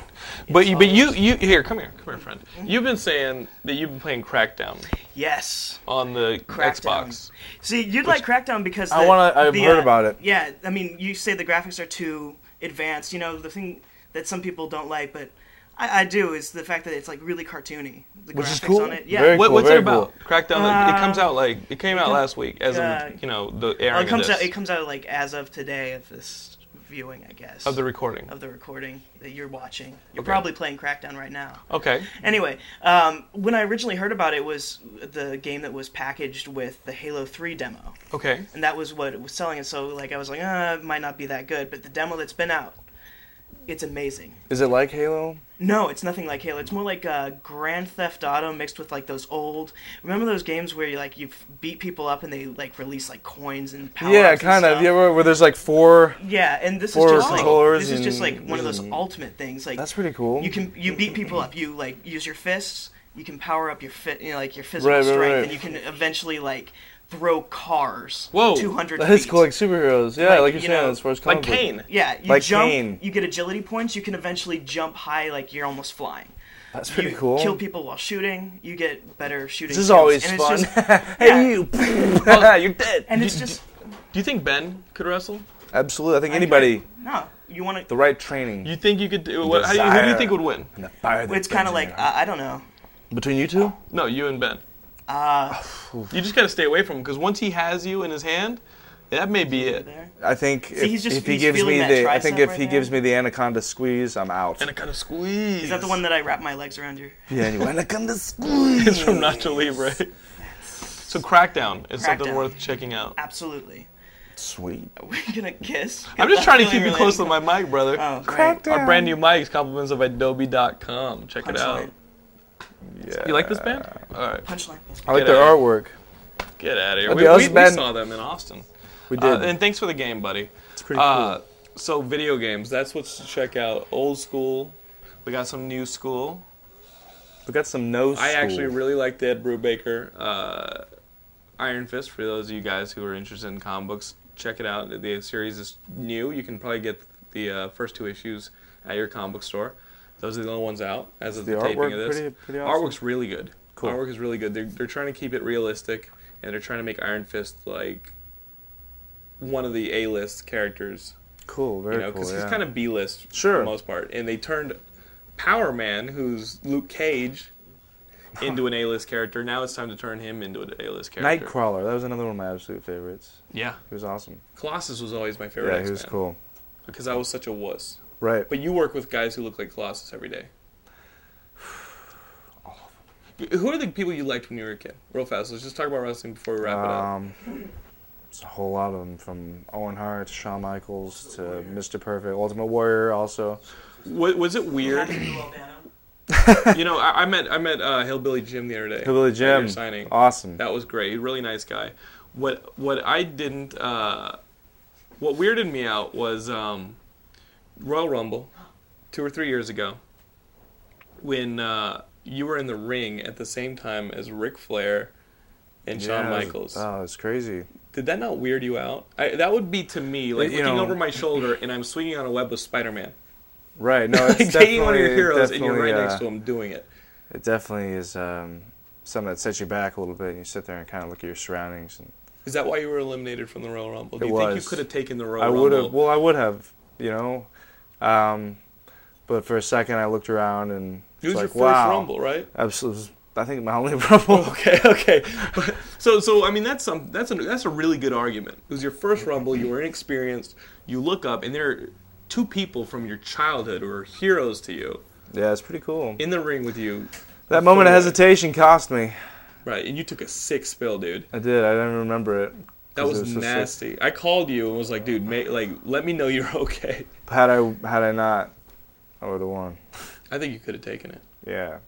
S2: But you, but
S6: all
S2: you, you here. Come here, come here, friend. You've been saying that you've been playing Crackdown
S6: yes.
S2: on the
S6: Crackdown.
S2: Xbox.
S6: See, you'd like Crackdown because
S3: I
S6: the-
S3: wanna- I've
S6: the,
S3: heard
S6: uh,
S3: about it.
S6: Yeah, I mean, you say the graphics are too advanced. You know, the thing that some people don't like, but I, I do is the fact that it's like really cartoony. The
S3: Which
S6: graphics
S3: is cool.
S6: on it, yeah.
S3: Very
S2: What, what's
S3: Very
S2: it about? Crackdown. like, it comes out like it came out last week, as
S6: uh,
S2: in you know the
S6: Well,
S2: airing
S6: it comes
S2: of,
S6: out.
S2: this,
S6: It comes out like as of today of this viewing, I guess.
S2: of the recording.
S6: of the recording that you're watching. You're
S2: Okay.
S6: probably playing Crackdown right now.
S2: Okay.
S6: Anyway, um, when I originally heard about it was the game that was packaged with the Halo 3 demo.
S2: Okay.
S6: And that was what it was selling. And so like I was like, uh, it might not be that good. But the demo that's been out, it's amazing.
S3: Is it like Halo?
S6: No, it's nothing like Halo. It's more like uh, Grand Theft Auto mixed with like those old. Remember those games where you like you beat people up and they like release like coins and power.
S3: yeah, kind of. You ever where there's like four?
S6: Yeah, and this is
S3: Four
S6: just like
S3: controllers
S6: this is just
S3: and-
S6: like one of those ultimate things. Like
S3: That's pretty cool.
S6: You can you beat people up. You like use your fists. You can power up your fit, you know, like your physical
S3: Right, right,
S6: strength,
S3: right.
S6: and you can eventually like throw cars.
S2: Whoa.
S6: two hundred.
S3: That is cool, like superheroes. Yeah, like,
S6: Like,
S3: you're
S6: you
S3: saying,
S6: know,
S3: as far as
S2: Like
S3: comic book.
S2: Kane.
S6: yeah, you
S3: like
S6: jump.
S3: Kane.
S6: You get agility points. You can eventually jump high, like you're almost flying.
S3: That's pretty
S6: you
S3: cool.
S6: Kill people while shooting. You get better shooting.
S3: This is
S6: skills,
S3: always
S6: and
S3: fun.
S6: It's just,
S3: hey
S6: yeah,
S3: you! you're dead.
S6: And it's just
S2: Do you think Ben could wrestle?
S3: Absolutely. I think anybody,
S6: no. You want
S3: the
S6: to?
S3: right training,
S2: You think you could? do- What, how do you, who do you
S3: Desire.
S2: think would win?
S3: and the fire. that
S6: It's kind
S3: burns
S6: of
S3: in
S6: like
S3: your heart.
S6: I I don't know.
S3: between you two.
S2: No, you and Ben. Ah. you just gotta stay away from him because once he has you in his hand, that may be it.
S6: There.
S3: I think if,
S6: he's just-
S3: if he
S6: he's
S3: gives
S6: feeling
S3: me
S6: that
S3: the, I think
S6: tricep
S3: if
S6: right
S3: he
S6: now.
S3: gives me the anaconda squeeze, I'm out.
S2: And I kind of squeeze.
S6: Is that the one that I wrap my legs around your?
S3: yeah, you anaconda squeeze.
S2: It's from Nacho Libre. So Crackdown is something
S6: Crackdown.
S2: worth checking out.
S6: Absolutely.
S3: Sweet.
S6: Are we gonna kiss?
S2: I'm just trying to keep you close to my mic, brother.
S6: Oh,
S3: Cracked
S2: Our brand new mic is compliments of Adobe.com. Check it out.
S6: Punchline.
S3: Yeah.
S2: You like this band? All right,
S6: Punchline.
S3: I like
S2: Get
S3: their
S2: out.
S3: artwork.
S2: get out of here.
S3: Okay,
S2: We,
S3: that was
S2: we, we
S3: bad.
S2: saw them in Austin.
S3: We did.
S2: Uh, and thanks for the game, buddy.
S3: it's pretty cool.
S2: Uh, so video games. That's what to check out. Old school. We got some new school.
S3: We got some no.
S2: I actually
S3: school.
S2: really liked Ed Brubaker, uh, Iron Fist. For those of you guys who are interested in comic books, check it out. The series is new. You can probably get the uh, first two issues at your comic book store. Those are the only ones out as of
S3: The
S2: the, taping
S3: artwork
S2: of this.
S3: pretty- pretty awesome?
S2: Artwork's really good.
S3: Cool.
S2: Artwork is really good. They're, they're trying to keep it realistic, and they're trying to make Iron Fist like one of the A-list characters
S3: cool. Very
S2: you know,
S3: cool.
S2: because
S3: yeah.
S2: he's kind of B list
S3: Sure.
S2: for the most part. And they turned Power Man, who's Luke Cage, into an A list character. Now it's time to turn him into an A list character.
S3: Nightcrawler. That was another one of my absolute favorites.
S2: Yeah,
S3: He was awesome.
S2: Colossus was always my favorite.
S3: Yeah, he was
S2: X-Man,
S3: cool.
S2: because I was such a wuss.
S3: Right.
S2: But you work with guys who look like Colossus every day. Who are the people you liked when you were a kid? Real fast. Let's just talk about wrestling before we wrap it up.
S5: Um, it's a whole lot of them from Owen Hart to Shawn Michaels to Mr. Perfect, Ultimate Warrior. Also,
S2: Was, was it weird? you know, I, I met I met uh, Hillbilly Jim the other day.
S3: Hillbilly
S2: at your
S3: Jim. Oh,
S2: signing.
S3: Awesome.
S2: That was great. Really nice guy. What what I didn't uh, what weirded me out was um, Royal Rumble, two or three years ago, when uh, you were in the ring at the same time as Ric Flair and Shawn
S3: Yeah, it was-
S2: Michaels.
S3: Oh, it's crazy.
S2: Did that not weird you out? I, that would be to me like
S3: You
S2: looking
S3: know-
S2: over my shoulder and I'm swinging on a web with Spider Man.
S3: Right. No, Oh, it's
S2: Like
S3: definitely
S2: taking one of your
S3: it
S2: heroes and you're
S3: definitely,
S2: right
S3: uh,
S2: next to him doing it.
S3: It definitely is um, something that sets you back a little bit, and you sit there and kind of look at your surroundings. And
S2: Is that why you were eliminated from the Royal Rumble? Do
S3: It
S2: you think
S3: was.
S2: you could have taken the Royal
S3: I
S2: Rumble?
S3: would have. Well, I would have. You know, um, but for a second, I looked around and
S2: it was
S3: it's
S2: your
S3: like,
S2: first
S3: wow,
S2: Rumble, Oh. right?
S3: Absolutely. I think my only rumble.
S2: Okay, okay. But, so, so I mean, that's some that's a that's a really good argument. It was your first Rumble. You were inexperienced. You look up, and there are two people from your childhood who are heroes to you
S3: Yeah, it's pretty cool.
S2: in the ring with you,
S3: That moment of
S2: Yeah.
S3: hesitation cost me.
S2: right? And you took a six spill, dude.
S3: I did. I didn't remember it.
S2: That was,
S3: 'Cause it just like-
S2: nasty. I called you and was like, dude, ma like, let me know you're okay.
S3: had I had I not, I would have won.
S2: I think you could have taken it.
S3: Yeah.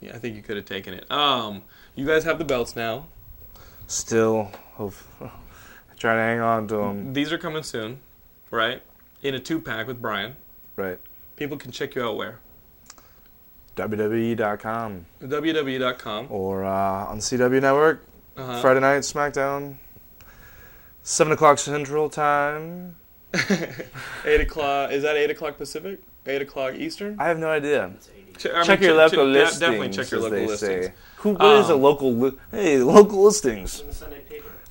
S2: Yeah, I think you could have taken it. Um, you guys have the belts now.
S3: Still, hope, trying to hang on to them.
S2: These are coming soon, right? In a two pack with Brian.
S3: Right.
S2: People can check you out where?
S3: E WWE.com
S2: E WWE.com.
S3: or uh, on CW Network.
S2: Uh-huh.
S3: Friday night SmackDown. Seven o'clock Central Time.
S2: Eight o'clock. Is that eight o'clock Pacific? Eight o'clock Eastern.
S3: I have no idea.
S2: Che- I mean,
S3: check your
S2: che-
S3: local
S2: che- de-
S3: listings.
S2: Definitely check your
S3: as
S2: local
S3: they
S2: listings.
S3: Say. Who? What is a
S2: Um,
S3: local? Li- hey, local listings.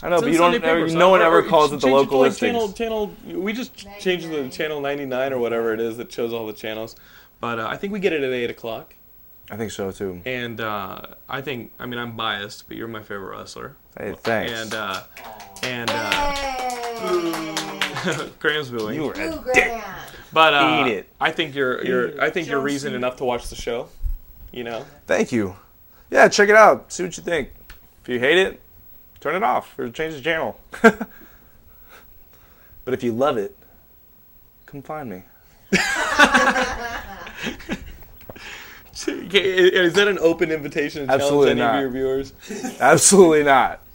S3: I know,
S2: It's
S3: but
S2: in
S3: you don't.
S2: Sunday
S3: Ever,
S2: papers.
S3: no one
S2: Or- or
S3: ever calls
S2: ch-
S3: it
S2: change
S3: the local
S2: to, like,
S3: listings.
S2: Channel, channel. We just changed the channel ninety nine or whatever it is that shows all the channels. But uh, I think we get it at eight o'clock.
S3: I think so too.
S2: And uh, I think, I mean, I'm biased, but you're my favorite wrestler.
S3: Hey, thanks.
S2: And uh, and uh, Graham's booing.
S3: you were a
S2: But uh,
S3: Eat it.
S2: I think you're you're I think you're reason enough to watch the show. You know,
S3: Thank you. Yeah, check it out. See what you think. If you hate it, turn it off or change the channel. but if you love it, come find me.
S2: is that an open invitation to
S3: Absolutely
S2: challenge any
S3: not.
S2: of your viewers?
S3: Absolutely not.